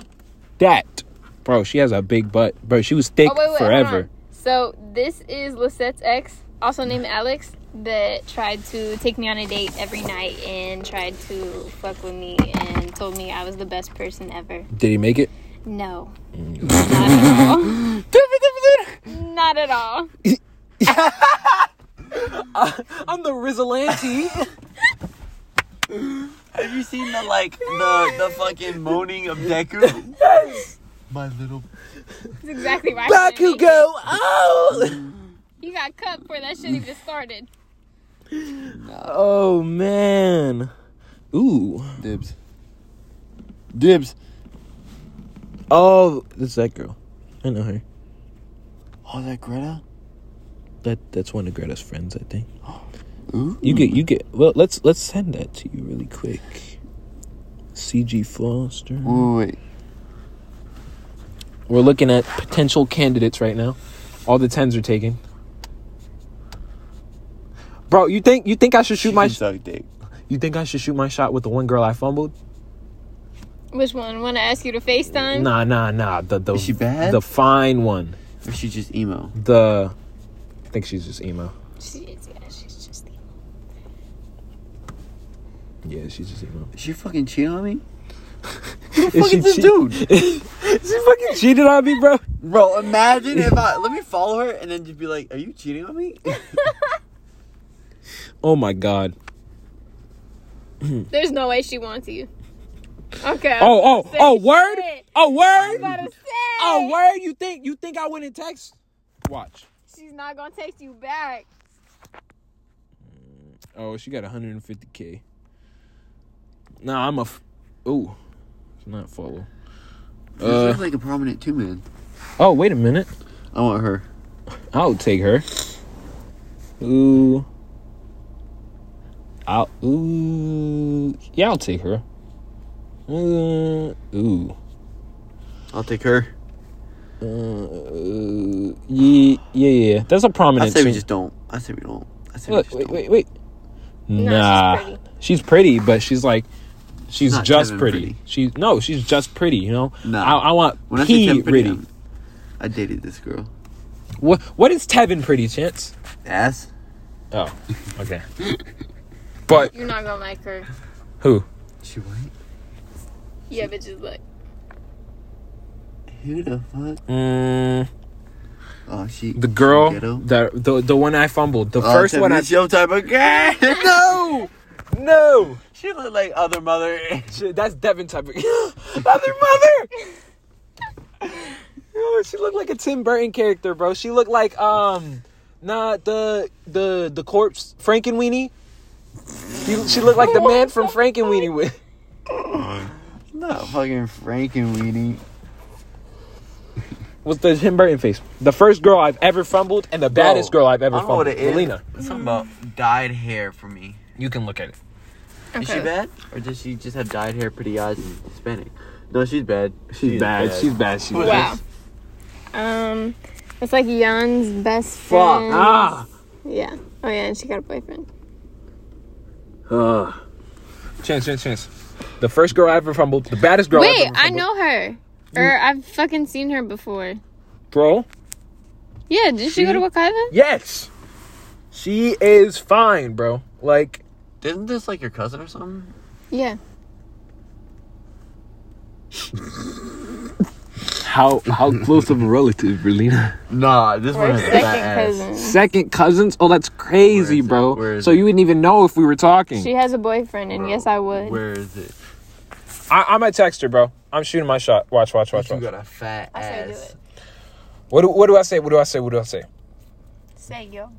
Speaker 1: That. Bro, she has a big butt. Bro, she was thick
Speaker 2: Oh wait, wait,
Speaker 1: forever.
Speaker 2: Hold on. So this is Lisette's ex, also named Alex, that tried to take me on a date every night and tried to fuck with me and told me I was the best person ever.
Speaker 1: Did he make it?
Speaker 2: No.
Speaker 1: Mm.
Speaker 2: Not at all. Not at all.
Speaker 1: I'm the Rizzolante.
Speaker 3: Have you seen the like the the fucking moaning of Deku? My little
Speaker 2: That's exactly why. I couldn't make
Speaker 1: Bakugo. Oh.
Speaker 2: it. He got cut before that shit even started.
Speaker 1: Oh man. Ooh.
Speaker 3: dibs. Dibs.
Speaker 1: Oh, it's that girl. I know her.
Speaker 3: Oh, that Greta.
Speaker 1: That that's one of Greta's friends, I think.
Speaker 3: Ooh.
Speaker 1: You get you get well let's let's send that to you really quick. CG Foster.
Speaker 3: Ooh, wait.
Speaker 1: We're looking at potential candidates right now. All the tens are taken. Bro, you think you think I should shoot
Speaker 3: She
Speaker 1: my
Speaker 3: can suck dick.
Speaker 1: you think I should shoot my shot with the one girl I fumbled?
Speaker 2: Which one? Want to ask you to FaceTime?
Speaker 1: Nah, nah, nah. The the
Speaker 3: Is she bad?
Speaker 1: the fine one.
Speaker 3: Or she just emo.
Speaker 1: The I think she's just emo.
Speaker 2: She is, yeah, she's just.
Speaker 1: Yeah, she's just emo.
Speaker 3: Is she fucking cheating on me?
Speaker 1: Who
Speaker 3: fuck is this dude?
Speaker 1: she fucking cheated on me, bro.
Speaker 3: Bro, imagine if I let me follow her and then just be like, "Are you cheating on me?"
Speaker 1: Oh my god.
Speaker 2: There's no way she wants you. Okay.
Speaker 1: Oh, oh, oh, word?
Speaker 2: Shit.
Speaker 1: Oh,
Speaker 2: I'm about
Speaker 1: word?
Speaker 2: to say.
Speaker 1: Oh, word? You think you think I wouldn't text? Watch.
Speaker 2: She's not gonna text you back.
Speaker 1: Oh, she got 150k. Nah, I'm a. F- Ooh, it's not follow. Uh,
Speaker 3: like a prominent two man.
Speaker 1: oh, wait a minute.
Speaker 3: I want her.
Speaker 1: I'll take her. Ooh. I'll ooh. Yeah, I'll take her. Uh, ooh.
Speaker 3: I'll take her.
Speaker 1: Uh, yeah, yeah, yeah. That's a
Speaker 3: I
Speaker 1: prominent.
Speaker 3: say we
Speaker 1: two-
Speaker 3: just don't. I say we don't. I say
Speaker 1: Look,
Speaker 3: we just
Speaker 1: wait, wait,
Speaker 3: don't.
Speaker 1: wait.
Speaker 2: she's
Speaker 1: Nah, she's
Speaker 2: pretty.
Speaker 1: pretty. but she's like, she's
Speaker 3: Not
Speaker 1: just
Speaker 3: Kevin
Speaker 1: pretty.
Speaker 3: pretty.
Speaker 1: She no, she's just pretty. You know,
Speaker 3: Nah.
Speaker 1: I, I want
Speaker 3: When I say
Speaker 1: P
Speaker 3: Kevin pretty,
Speaker 1: pretty.
Speaker 3: I'm- I dated this girl.
Speaker 1: What what is Tevin pretty? Chance?
Speaker 3: Ass.
Speaker 1: Oh, okay. but
Speaker 2: You're not gonna like her.
Speaker 1: who?
Speaker 3: She white.
Speaker 2: Yeah, bitches like.
Speaker 3: Who the fuck?
Speaker 1: Mm,
Speaker 3: Oh, she.
Speaker 1: the girl
Speaker 3: Ghetto.
Speaker 1: that the the one I fumbled. The
Speaker 3: Oh,
Speaker 1: first
Speaker 3: Tim,
Speaker 1: one I
Speaker 3: it's Showtime again.
Speaker 1: no no.
Speaker 3: she looked like other mother.
Speaker 1: Shit, that's Devin type of other mother. Yo, she looked like a Tim Burton character, bro. She looked like um, nah, the the the corpse Frankenweenie. He, she looked
Speaker 3: Oh
Speaker 1: like the man from Frankenweenie. With
Speaker 3: Not fucking Frankenweenie.
Speaker 1: was the Tim Burton face. The first girl I've ever fumbled, and the baddest
Speaker 3: Bro,
Speaker 1: girl I've ever
Speaker 3: I don't know
Speaker 1: fumbled.
Speaker 3: what it is.
Speaker 1: Melina,
Speaker 3: Something about dyed hair for me.
Speaker 1: you can look at it.
Speaker 2: Okay.
Speaker 3: Is she bad, or does she just have dyed hair, pretty eyes, and Hispanic? No, she's bad. She's,
Speaker 1: bad. She's
Speaker 3: Who is
Speaker 2: Wow.
Speaker 3: this?
Speaker 2: Um, it's like Jan's best
Speaker 3: Fuck.
Speaker 2: friend.
Speaker 1: Ah.
Speaker 2: Yeah. Oh yeah, and she got a boyfriend.
Speaker 3: Ugh.
Speaker 1: Ah. Chance, chance, chance. The first girl I ever fumbled. The baddest girl. I've
Speaker 2: Wait,
Speaker 1: ever
Speaker 2: I
Speaker 1: fumbled.
Speaker 2: know her.
Speaker 3: Mm.
Speaker 2: Or I've fucking seen her before.
Speaker 1: Bro,
Speaker 2: Yeah, did she, go to
Speaker 1: She-
Speaker 2: Wakaiva?
Speaker 1: yes, she is fine, bro. Like.
Speaker 3: Isn't this like your cousin or something?
Speaker 2: Yeah.
Speaker 1: How how close of a relative, Berlina?
Speaker 3: Nah, this
Speaker 2: Or
Speaker 3: one has
Speaker 2: second
Speaker 3: fat ass.
Speaker 2: cousin.
Speaker 1: Second cousins? Oh, that's
Speaker 3: Where
Speaker 1: crazy,
Speaker 3: is it? Where
Speaker 1: bro.
Speaker 3: is
Speaker 1: So
Speaker 3: it?
Speaker 1: you wouldn't even know if we were talking.
Speaker 2: She has a boyfriend, and yes, I would.
Speaker 3: Where is it?
Speaker 1: I, I'm a texter, bro. I'm shooting my shot. Watch, watch, watch,
Speaker 3: You
Speaker 1: watch.
Speaker 3: got a fat
Speaker 2: I say do
Speaker 3: ass.
Speaker 2: it.
Speaker 1: What do, what do I say? What do I say? What do I say?
Speaker 2: Say yo.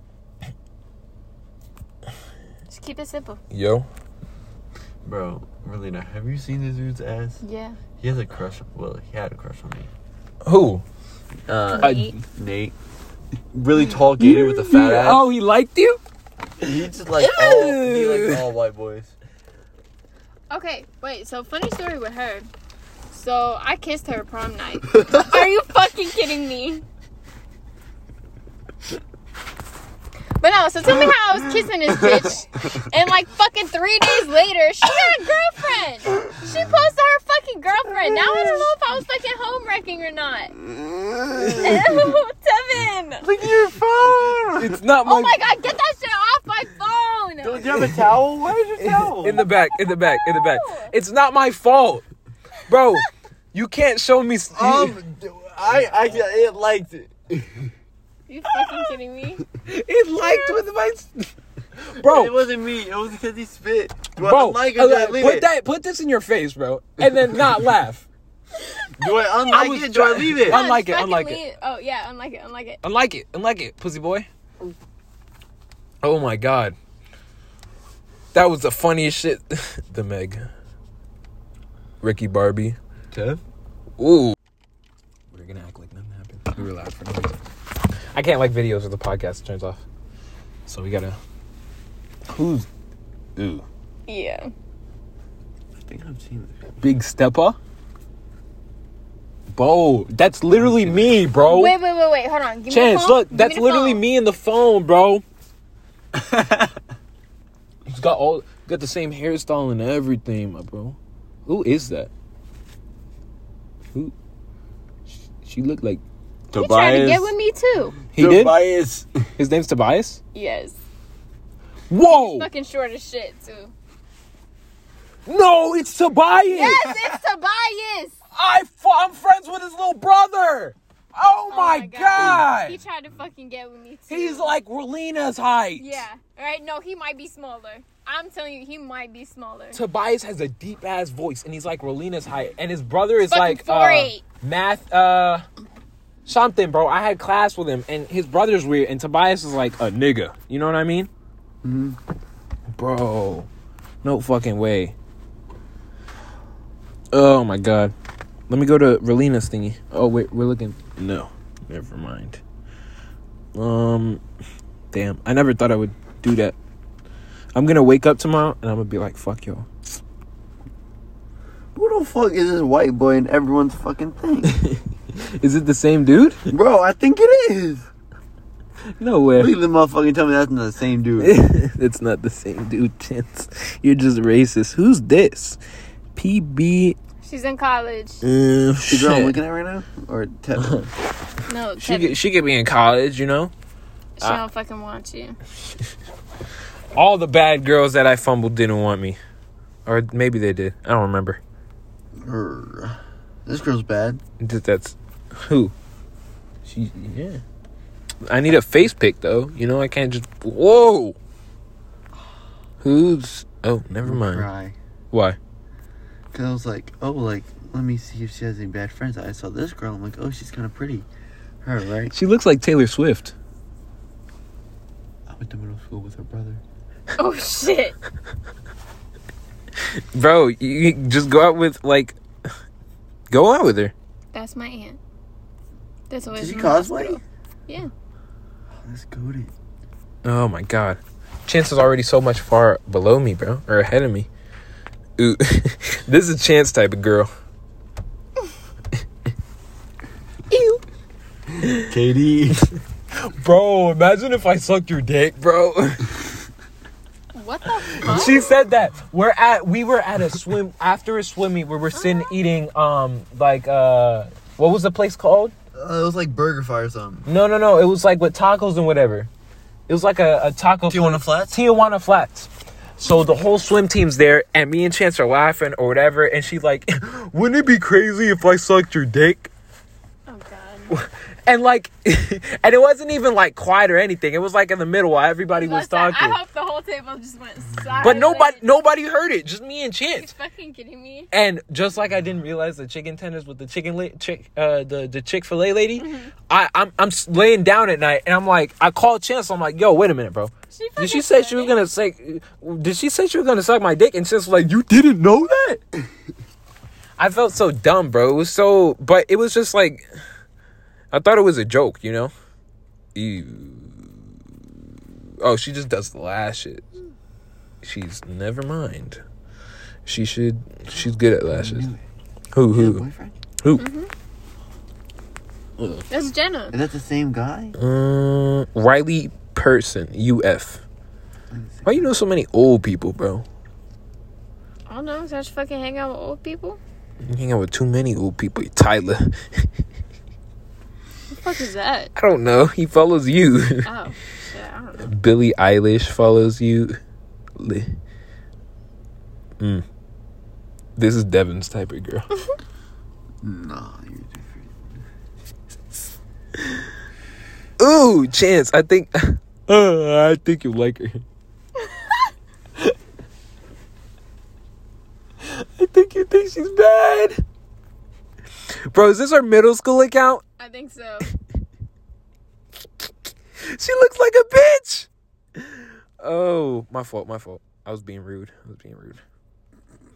Speaker 2: Just keep it simple.
Speaker 1: Yo,
Speaker 3: Bro, Merlina, have you seen this dude's ass?
Speaker 2: Yeah.
Speaker 3: He has a crush. Well, he had a crush on me.
Speaker 1: who?
Speaker 3: Uh,
Speaker 1: Uh,
Speaker 2: Nate.
Speaker 3: Nate. Really tall, gator with a fat ass.
Speaker 1: Oh, he liked you?
Speaker 3: He just like all, he likes all white boys.
Speaker 2: Okay, wait. So funny story with her. So I kissed her prom night. Are you fucking kidding me? But no, so tell me how I was kissing this bitch, and like fucking three days later, she had a girlfriend. She posted her fucking girlfriend. Now I don't know if I was fucking home wrecking or not. Ew, Tevin.
Speaker 3: Look at your phone.
Speaker 1: It's not my.
Speaker 2: Oh my god, get that shit off my phone.
Speaker 3: Do you have a towel? Where's your towel?
Speaker 1: In the back, in the back, in the back. It's not my fault, bro. you can't show me. s-
Speaker 3: um, I I it liked it.
Speaker 2: You fucking kidding me?
Speaker 1: it liked with my. s- Bro,
Speaker 3: It wasn't me. It was because he spit. Do
Speaker 1: bro,
Speaker 3: I unlike it?
Speaker 1: uh,
Speaker 3: or Do I leave
Speaker 1: put
Speaker 3: it?
Speaker 1: that put this in your face, bro, and then not laugh.
Speaker 3: Do I unlike
Speaker 1: was
Speaker 3: it? Do I
Speaker 1: trying-
Speaker 3: leave it?
Speaker 1: I'm- Unlike it,
Speaker 2: Fucking
Speaker 1: unlike it.
Speaker 2: leave- Oh yeah, unlike it, unlike it.
Speaker 1: Unlike it, unlike it, pussy boy. Oh my god, that was the funniest shit. the Meg, Ricky Barbie. Ooh, we're gonna act like nothing happened. We were loud for no reason. I can't like videos with the podcast turns off, so we gotta. Who's ooh
Speaker 2: Yeah.
Speaker 3: I think I've seen this.
Speaker 1: big stepper? Bo, that's literally me, bro.
Speaker 2: Wait, wait, wait, wait. Hold on. Give me the
Speaker 1: Oh. Chance,
Speaker 2: phone.
Speaker 1: look,
Speaker 2: Give
Speaker 1: that's
Speaker 2: the
Speaker 1: literally
Speaker 2: phone.
Speaker 1: me and the phone, bro. He's got all got the same hairstyle and everything, my bro. Who is that? Who? She, she looked like
Speaker 2: He tried to get with me too.
Speaker 1: he did.
Speaker 3: Tobias.
Speaker 1: His name's Tobias.
Speaker 2: Yes.
Speaker 1: Whoa!
Speaker 2: Fucking short as shit too.
Speaker 1: No, it's Tobias.
Speaker 2: Yes, it's Tobias.
Speaker 1: I fu- I'm friends with his little brother. Oh, my, god!
Speaker 2: He tried to fucking get with me too.
Speaker 1: He's like Rolena's height.
Speaker 2: Yeah. All right. No, he might be smaller. I'm telling you, he might be smaller.
Speaker 1: Tobias has a deep ass voice, and he's like Rolena's height, and his brother is
Speaker 2: Fucking
Speaker 1: like uh,
Speaker 2: 4'8".
Speaker 1: math uh something, bro. I had class with him, and his brother's weird, and Tobias is like a nigga. You know what I mean? Bro, no fucking way. Oh my god. Let me go to Rolena's thingy. Oh wait, we're looking. No, never mind. Um, damn, I never thought I would do that. I'm gonna wake up tomorrow and I'm gonna be like, fuck y'all.
Speaker 3: Who the fuck is this white boy in everyone's fucking thing?
Speaker 1: Is it the same dude?
Speaker 3: Bro, I think it is.
Speaker 1: No way.
Speaker 3: Please, the motherfucking tell me that's not the same dude.
Speaker 1: it's not the same dude, Chance. You're just racist. Who's this? PB.
Speaker 2: She's in college.
Speaker 1: Uh,
Speaker 3: The girl I'm
Speaker 1: shit.
Speaker 3: looking at right now? Or Tevin?
Speaker 2: No,
Speaker 1: She
Speaker 2: Kevin,
Speaker 1: could, she could be in college, you know?
Speaker 2: she don't fucking want you.
Speaker 1: All the bad girls that I fumbled didn't want me. Or maybe they did. I don't remember.
Speaker 3: Grr. This girl's bad.
Speaker 1: Th- That's who? She, yeah. I need a face pick, though. You know, I can't just. Whoa! Who's. Oh, never mind.
Speaker 3: Cry.
Speaker 1: Why?
Speaker 3: Cause I was like, oh, like, let me see if she has any bad friends. I saw this girl. I'm like, oh, she's kind of pretty. Her, right?
Speaker 1: She looks like Taylor Swift.
Speaker 3: I went to middle school with her brother.
Speaker 2: Oh shit.
Speaker 1: Bro, you- you just go out with like, go out with her.
Speaker 2: That's my aunt. That's always
Speaker 3: Did she
Speaker 2: in the hospital.
Speaker 3: cosplay?
Speaker 2: Yeah.
Speaker 3: Oh, that's goaded.
Speaker 1: Oh my god, Chance is already so much far below me, bro, or ahead of me. Ooh, this is Chance type of girl. Ew.
Speaker 3: Katie.
Speaker 1: Bro, imagine if I sucked your dick, bro.
Speaker 2: What the fuck?
Speaker 1: she said that we're at we were at a swim after a swim meet where we're sitting eating um like uh what was the place called?
Speaker 3: it was like Burger Fire or something.
Speaker 1: No, no, no. It was like with tacos and whatever. It was like a, a taco.
Speaker 3: Tijuana Flats?
Speaker 1: Tijuana Flats. So the whole swim team's there, and me and Chance are laughing or whatever, and she like, wouldn't it be crazy if I sucked your dick?
Speaker 2: oh god.
Speaker 1: And like, and it wasn't even like quiet or anything. It was like in the middle while everybody was
Speaker 2: Listen, I
Speaker 1: talking,
Speaker 2: hope the whole table just went silent.
Speaker 1: but nobody, nobody heard it. Just me and Chance.
Speaker 2: You fucking kidding me?
Speaker 1: And just like I didn't realize the chicken tenders with the chicken la- chick uh the the Chick Fil A lady, I I'm I'm s- laying down at night and I'm like I called Chance. I'm like, yo, wait a minute, bro.
Speaker 2: She fucking
Speaker 1: Did she say
Speaker 2: said
Speaker 1: she was
Speaker 2: it.
Speaker 1: gonna say? Did she say she was gonna suck my dick? And Chance was like, you didn't know that. I felt so dumb, bro. It was so, but it was just like, I thought it was a joke, you know. Ew. Oh, she just does the lashes. She's never mind. She should. She's good at lashes. Who who
Speaker 3: Boyfriend?
Speaker 1: who?
Speaker 2: That's Jenna.
Speaker 3: Is that the same guy?
Speaker 1: Uh, Riley Person UF. Why you know so many old people, bro?
Speaker 2: I don't know. So I should fucking hang out with old people?
Speaker 1: You hang out with too many old people, Tyler.
Speaker 2: What the fuck is that?
Speaker 1: I don't know. He follows you.
Speaker 2: Oh. shit, I don't know.
Speaker 1: Billie Eilish follows you. Li- Mm. This is Devin's type of girl.
Speaker 3: No, you're different.
Speaker 1: Ooh, Chance. I think. Uh, I think you like her. I think you think she's bad. Bro, is this her middle school account?
Speaker 2: I think so.
Speaker 1: She looks like a bitch. Oh, my fault, my fault. I was being rude. I was being rude.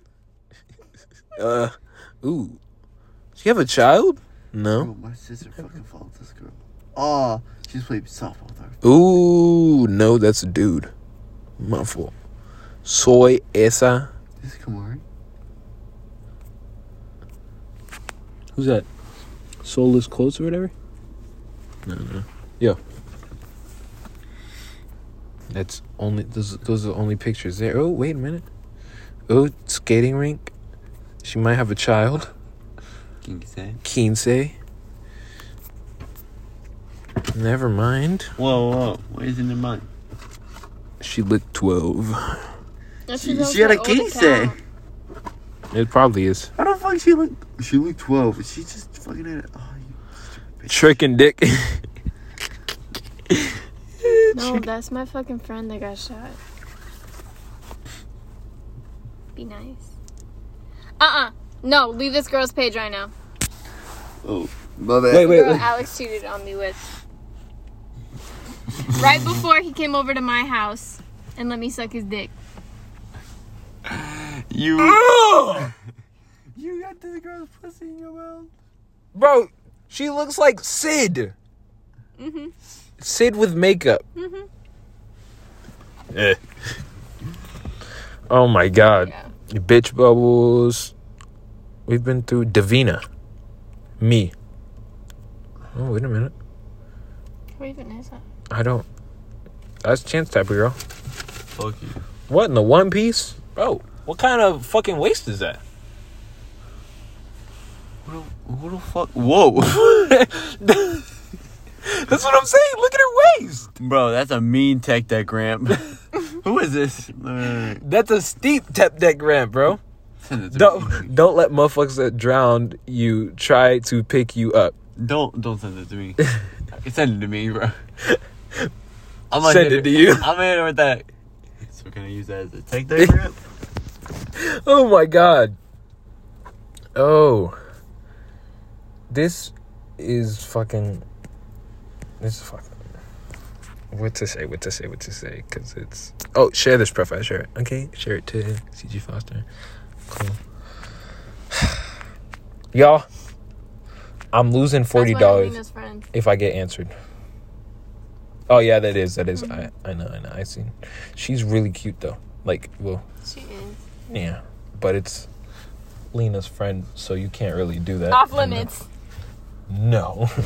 Speaker 1: uh, ooh. Do you have a child?
Speaker 3: Bro,
Speaker 1: No.
Speaker 3: Oh, my sister fucking follows this girl. Oh, she's played softball with her.
Speaker 1: Ooh, no, that's a dude. My fault. Soy esa.
Speaker 3: This is Kamari.
Speaker 1: Who's that? Soulless quotes or whatever? No, no. Yo. That's only those those are the only pictures there. Oh, wait a minute. Oh, skating rink. She might have a child.
Speaker 3: Can you say?
Speaker 1: Kinsey. Never mind.
Speaker 3: Whoa, whoa. What is in your mind?
Speaker 1: She looked 12.
Speaker 2: That's
Speaker 3: She,
Speaker 2: because
Speaker 3: she had
Speaker 2: her
Speaker 3: a
Speaker 2: old
Speaker 3: key say.
Speaker 2: account.
Speaker 1: It probably is.
Speaker 3: How the fuck she look? She looked 12. but She just fucking had it. Oh, you stupid bitch.
Speaker 1: Trick and dick.
Speaker 2: No, that's my fucking friend that got shot. Be nice. Uh uh No, leave this girl's page right now.
Speaker 3: Oh, my bad.
Speaker 1: Wait, wait,
Speaker 2: Girl
Speaker 1: wait.
Speaker 2: Alex cheated on me with. right before he came over to my house and let me suck his dick.
Speaker 3: You. Ah! You got this girl's pussy in your mouth.
Speaker 1: Bro, she looks like Sid.
Speaker 2: Mhm.
Speaker 1: Sid with makeup.
Speaker 2: Mhm.
Speaker 1: Eh. Oh my god.
Speaker 2: Yeah.
Speaker 1: Bitch bubbles. We've been through Davina. Me. Oh, wait a minute.
Speaker 2: Who even is that?
Speaker 1: I don't. That's Chance Type of Girl.
Speaker 3: Fuck you.
Speaker 1: What in the One Piece? Bro, what kind of fucking waste is that?
Speaker 3: Who the, who the fuck? Whoa.
Speaker 1: That's what I'm saying. Look at her waist.
Speaker 3: Bro, that's a mean tech that Gramp. Who is this? Alright.
Speaker 1: That's a steep tap deck ramp, bro.
Speaker 3: Send it to me.
Speaker 1: Don't don't let motherfuckers that drowned you try to pick you up.
Speaker 3: Don't don't send it to me. send it to me, bro. I'm
Speaker 1: Send it to you.
Speaker 3: I'm in with that. So can I use that as a tech that Gramp?
Speaker 1: Oh my god. Oh. This is fucking this is fucking what to say, what to say, what to say, because it's oh share this profile, share it. Okay, share it to CG Foster. Cool. Y'all, I'm losing
Speaker 2: That's
Speaker 1: forty
Speaker 2: one of
Speaker 1: dollars.
Speaker 2: Lena's friends.
Speaker 1: if I get answered. Oh yeah, that is that is. I I know I know I seen. She's really cute though. Like well
Speaker 2: She is.
Speaker 1: yeah, but it's Lena's friend, so you can't really do that.
Speaker 2: Off
Speaker 1: you know?
Speaker 2: limits.
Speaker 1: No.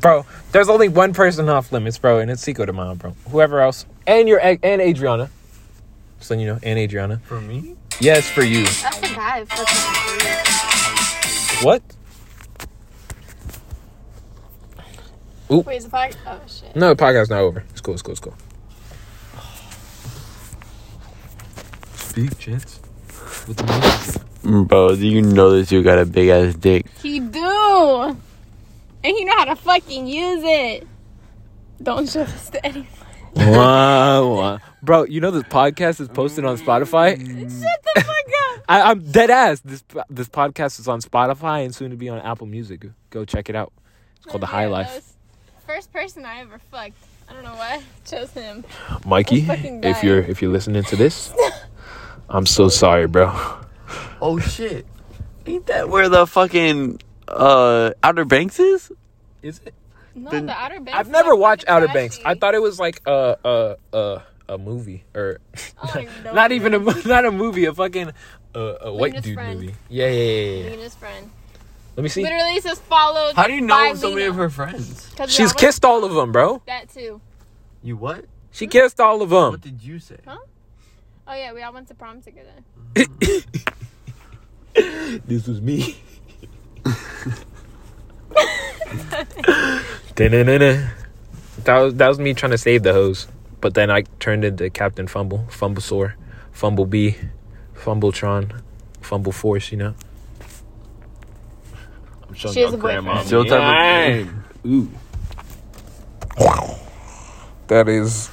Speaker 1: bro, there's only one person off limits, bro, and it's Seiko de Mayo, bro. Whoever else, and your and Adriana. Just letting you know, and Adriana.
Speaker 3: For me?
Speaker 1: Yes, for you.
Speaker 2: I forgot. I fucking agree.
Speaker 1: What?
Speaker 2: Wait, is the podcast? Oh shit.
Speaker 1: No, the podcast's not over. It's cool. It's cool. It's cool.
Speaker 3: Big chance. Bro, do you know this dude got a big ass dick?
Speaker 2: He do, and he know how to fucking use it. Don't show this to anyone.
Speaker 1: wow, bro! You know this podcast is posted on Spotify.
Speaker 2: Shut the fuck up.
Speaker 1: I, I'm dead ass. This this podcast is on Spotify and soon to be on Apple Music. Go check it out. It's called The High Life.
Speaker 2: First person I ever fucked. I don't know why. I chose him.
Speaker 1: Mikey,
Speaker 2: I'm fucking
Speaker 1: if you're if you're listening to this, I'm so sorry, bro.
Speaker 3: Oh shit. Ain't that where the fucking uh Outer Banks is?
Speaker 1: Is it?
Speaker 2: No,
Speaker 3: Then-
Speaker 2: the Outer Banks.
Speaker 1: I've
Speaker 2: is
Speaker 1: never
Speaker 2: like
Speaker 1: watched
Speaker 2: really
Speaker 1: Outer Banks. I
Speaker 2: trashy.
Speaker 1: thought it was like a a a, a movie or
Speaker 2: Oh, no.
Speaker 1: not even a mo- not a movie, a fucking uh, a white
Speaker 2: Lena's
Speaker 1: dude
Speaker 2: friend.
Speaker 1: movie. Yeah, yeah, yeah, yeah, yeah.
Speaker 2: Lena's friend.
Speaker 1: Let me see.
Speaker 2: Literally it says followed.
Speaker 3: How do you
Speaker 2: by
Speaker 3: know so many
Speaker 2: Lena.
Speaker 3: of her friends?
Speaker 2: 'Cause
Speaker 1: She's
Speaker 2: I was-
Speaker 1: kissed all of them, bro.
Speaker 2: That too.
Speaker 3: You what?
Speaker 1: She kissed all of them.
Speaker 3: What did you say?
Speaker 2: Huh? Oh yeah, we all went to prom together.
Speaker 1: This was me. Da-na-na-na. That was that was me trying to save the hose, but then I turned into Captain Fumble, Fumblesaur, Fumblebee, Fumbletron, Fumble Force. You know. I'm showing
Speaker 2: She has a boyfriend.
Speaker 1: grandma.
Speaker 3: Still type
Speaker 1: Yeah. Ooh. That is.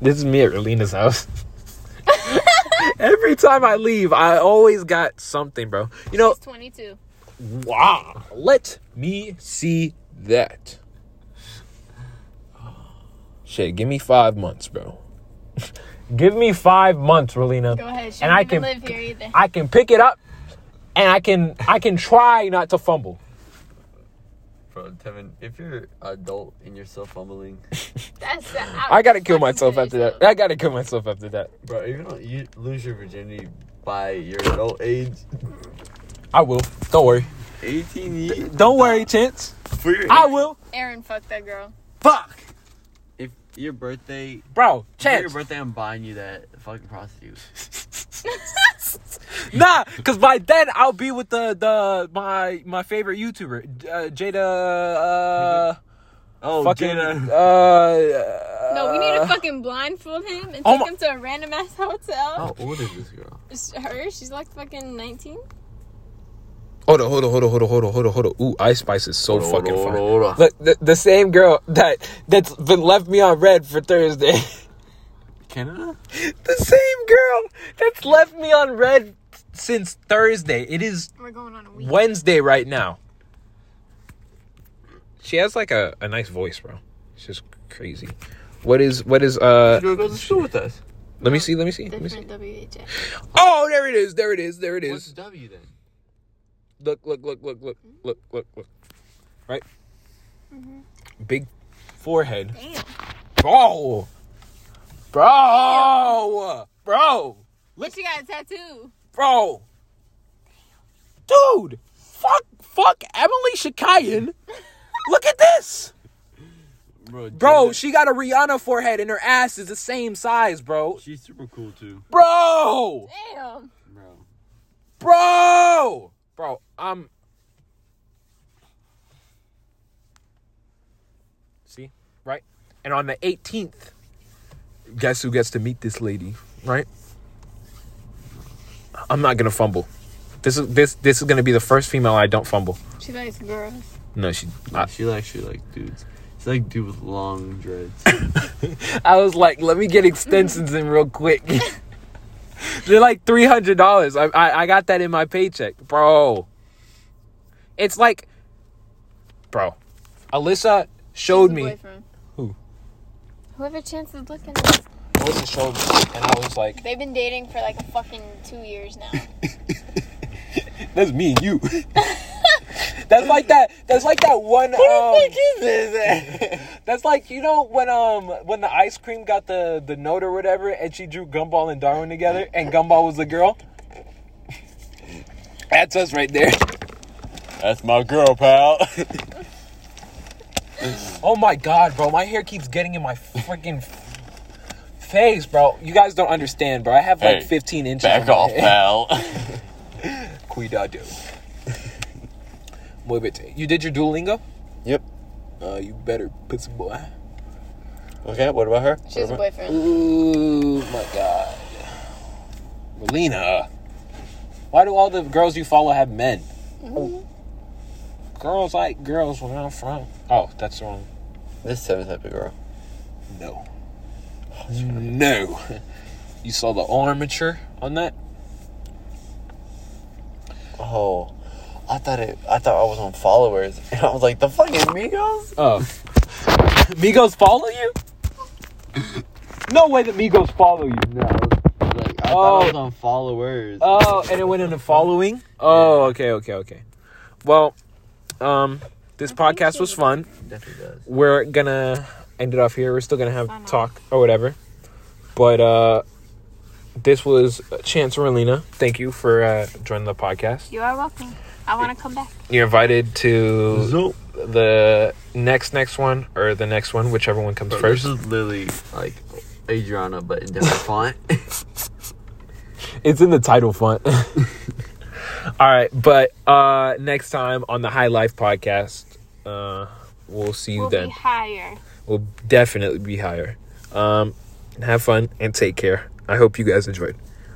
Speaker 1: this is me at Relina's house. Every time I leave, I always got something, bro. You know,
Speaker 2: She's 22.
Speaker 1: wow. Let me see that. Shit, give me five months, bro. give me five months, Relina.
Speaker 2: Go ahead. She
Speaker 1: And
Speaker 2: don't
Speaker 1: I
Speaker 2: even
Speaker 1: can-
Speaker 2: live here either.
Speaker 1: I can pick it up, and I can I can try not to fumble.
Speaker 3: Bro, Tevin, if you're adult and you're still fumbling,
Speaker 2: That's the
Speaker 1: I gotta kill myself after that. I gotta kill myself after that.
Speaker 3: bro, if you don't you lose your virginity by your adult age,
Speaker 1: I will. Don't worry.
Speaker 3: 18 years.
Speaker 1: Don't worry, Chance.
Speaker 3: For your
Speaker 1: I will.
Speaker 2: Aaron fucked that girl.
Speaker 3: Fuck! If your birthday,
Speaker 1: Bro,
Speaker 3: for your
Speaker 1: Chance.
Speaker 3: birthday, I'm buying you that fucking prostitute.
Speaker 1: Nah, cause by then I'll be with the the my my favorite YouTuber, uh, Jada. Uh,
Speaker 3: Oh,
Speaker 1: fucking.
Speaker 3: Jada.
Speaker 1: Uh,
Speaker 2: No, we need to fucking blindfold him and take
Speaker 1: oh my- Oh.
Speaker 2: him to a random ass hotel.
Speaker 3: How old is this girl?
Speaker 2: It's Her, she's like fucking 19.
Speaker 1: Hold on, hold on, hold on, hold on, hold on, hold on, hold on. Ooh, Ice Spice is so
Speaker 3: Hold on,
Speaker 1: fucking
Speaker 3: hold on,
Speaker 1: fun.
Speaker 3: hold on.
Speaker 1: Look, the, the same girl that that's been left me on red for Thursday.
Speaker 3: Canada?
Speaker 1: The same girl that's left me on red since Thursday. It is
Speaker 2: We're going on a week.
Speaker 1: Wednesday right now. She has like a, a nice voice, bro. It's just crazy. What is what is uh
Speaker 3: goes to school with us.
Speaker 1: let me see, let me see, let me see.
Speaker 2: Different WHA.
Speaker 1: Oh there it is, there it is, there it
Speaker 3: What's
Speaker 1: is.
Speaker 3: W then?
Speaker 1: Look, look, look, look, look, look, look, look. Right? Big forehead.
Speaker 2: Damn.
Speaker 1: Bro! Bro! Bro!
Speaker 2: But she got a tattoo.
Speaker 1: bro. Dude, fuck, fuck Emily Shikayan. Look at this,
Speaker 3: Bro,
Speaker 1: bro.
Speaker 3: Jada-
Speaker 1: She got a Rihanna forehead, and her ass is the same size, bro.
Speaker 3: she's super cool too,
Speaker 1: Bro,
Speaker 2: Damn.
Speaker 3: bro.
Speaker 1: bro, bro. I'm. See, right, and on the 18th, guess who gets to meet this lady, right? I'm not gonna fumble. This is this this is gonna be the first female I don't fumble.
Speaker 2: She likes girls.
Speaker 1: No, she.
Speaker 3: Nah, she actually like dudes. She's like dude with long dreads.
Speaker 1: I was like, let me get extensions in real quick. They're like three hundred dollars. I, I I got that in my paycheck, bro. It's like, bro, Alyssa
Speaker 2: She's
Speaker 1: showed
Speaker 2: a
Speaker 1: me.
Speaker 2: Boyfriend.
Speaker 1: Who?
Speaker 2: Whoever Chance is looking at.
Speaker 1: Alyssa showed me, and I was like,
Speaker 2: They've been dating for like fucking two years now.
Speaker 1: that's me and you. that's like that. That's like that one. um, That's like you know when um when the ice cream got the the note or whatever, and she drew Gumball and Darwin together, and Gumball was the girl. That's us right there.
Speaker 3: That's my girl, pal.
Speaker 1: Oh my god, bro, my hair keeps getting in my freaking face, bro. You guys don't understand, bro. I have like
Speaker 3: Hey,
Speaker 1: 15 inches.
Speaker 3: Back
Speaker 1: on my
Speaker 3: off,
Speaker 1: head.
Speaker 3: pal.
Speaker 1: Cuidado. Muy bien. You did your Duolingo?
Speaker 3: yep.
Speaker 1: Uh, you better pussy boy.
Speaker 3: Okay. What about her?
Speaker 2: She has a boyfriend.
Speaker 1: Ooh, my God. Melina. Why do all the girls you follow have men? Girls like girls where I'm from. Oh, that's wrong.
Speaker 3: This seventh type of girl.
Speaker 1: No. No. You saw the armature on that?
Speaker 3: Oh, I thought it. I thought I was on followers, and I was like, the fucking Migos.
Speaker 1: Oh. Migos follow you? No way that Migos follow you. No.
Speaker 3: Like,
Speaker 1: Oh.
Speaker 3: I thought I was on followers.
Speaker 1: Oh, and it went into following. Oh, okay, okay, okay. Well, um, this podcast was fun.
Speaker 3: Definitely does.
Speaker 1: We're gonna end it off here. We're still gonna have talk or whatever. But uh, this was Chance Merlina. Thank you for uh, joining the podcast.
Speaker 2: You are welcome. I want to come back.
Speaker 1: You're invited to the next next one or the next one, whichever one comes
Speaker 3: Bro,
Speaker 1: first.
Speaker 3: This is literally like Adriana, but in different font.
Speaker 1: It's in the title font. All right, but uh next time on the High Life podcast, uh we'll see you
Speaker 2: We'll
Speaker 1: then.
Speaker 2: be higher.
Speaker 1: we'll definitely be higher. Um have fun and take care. I hope you guys enjoyed.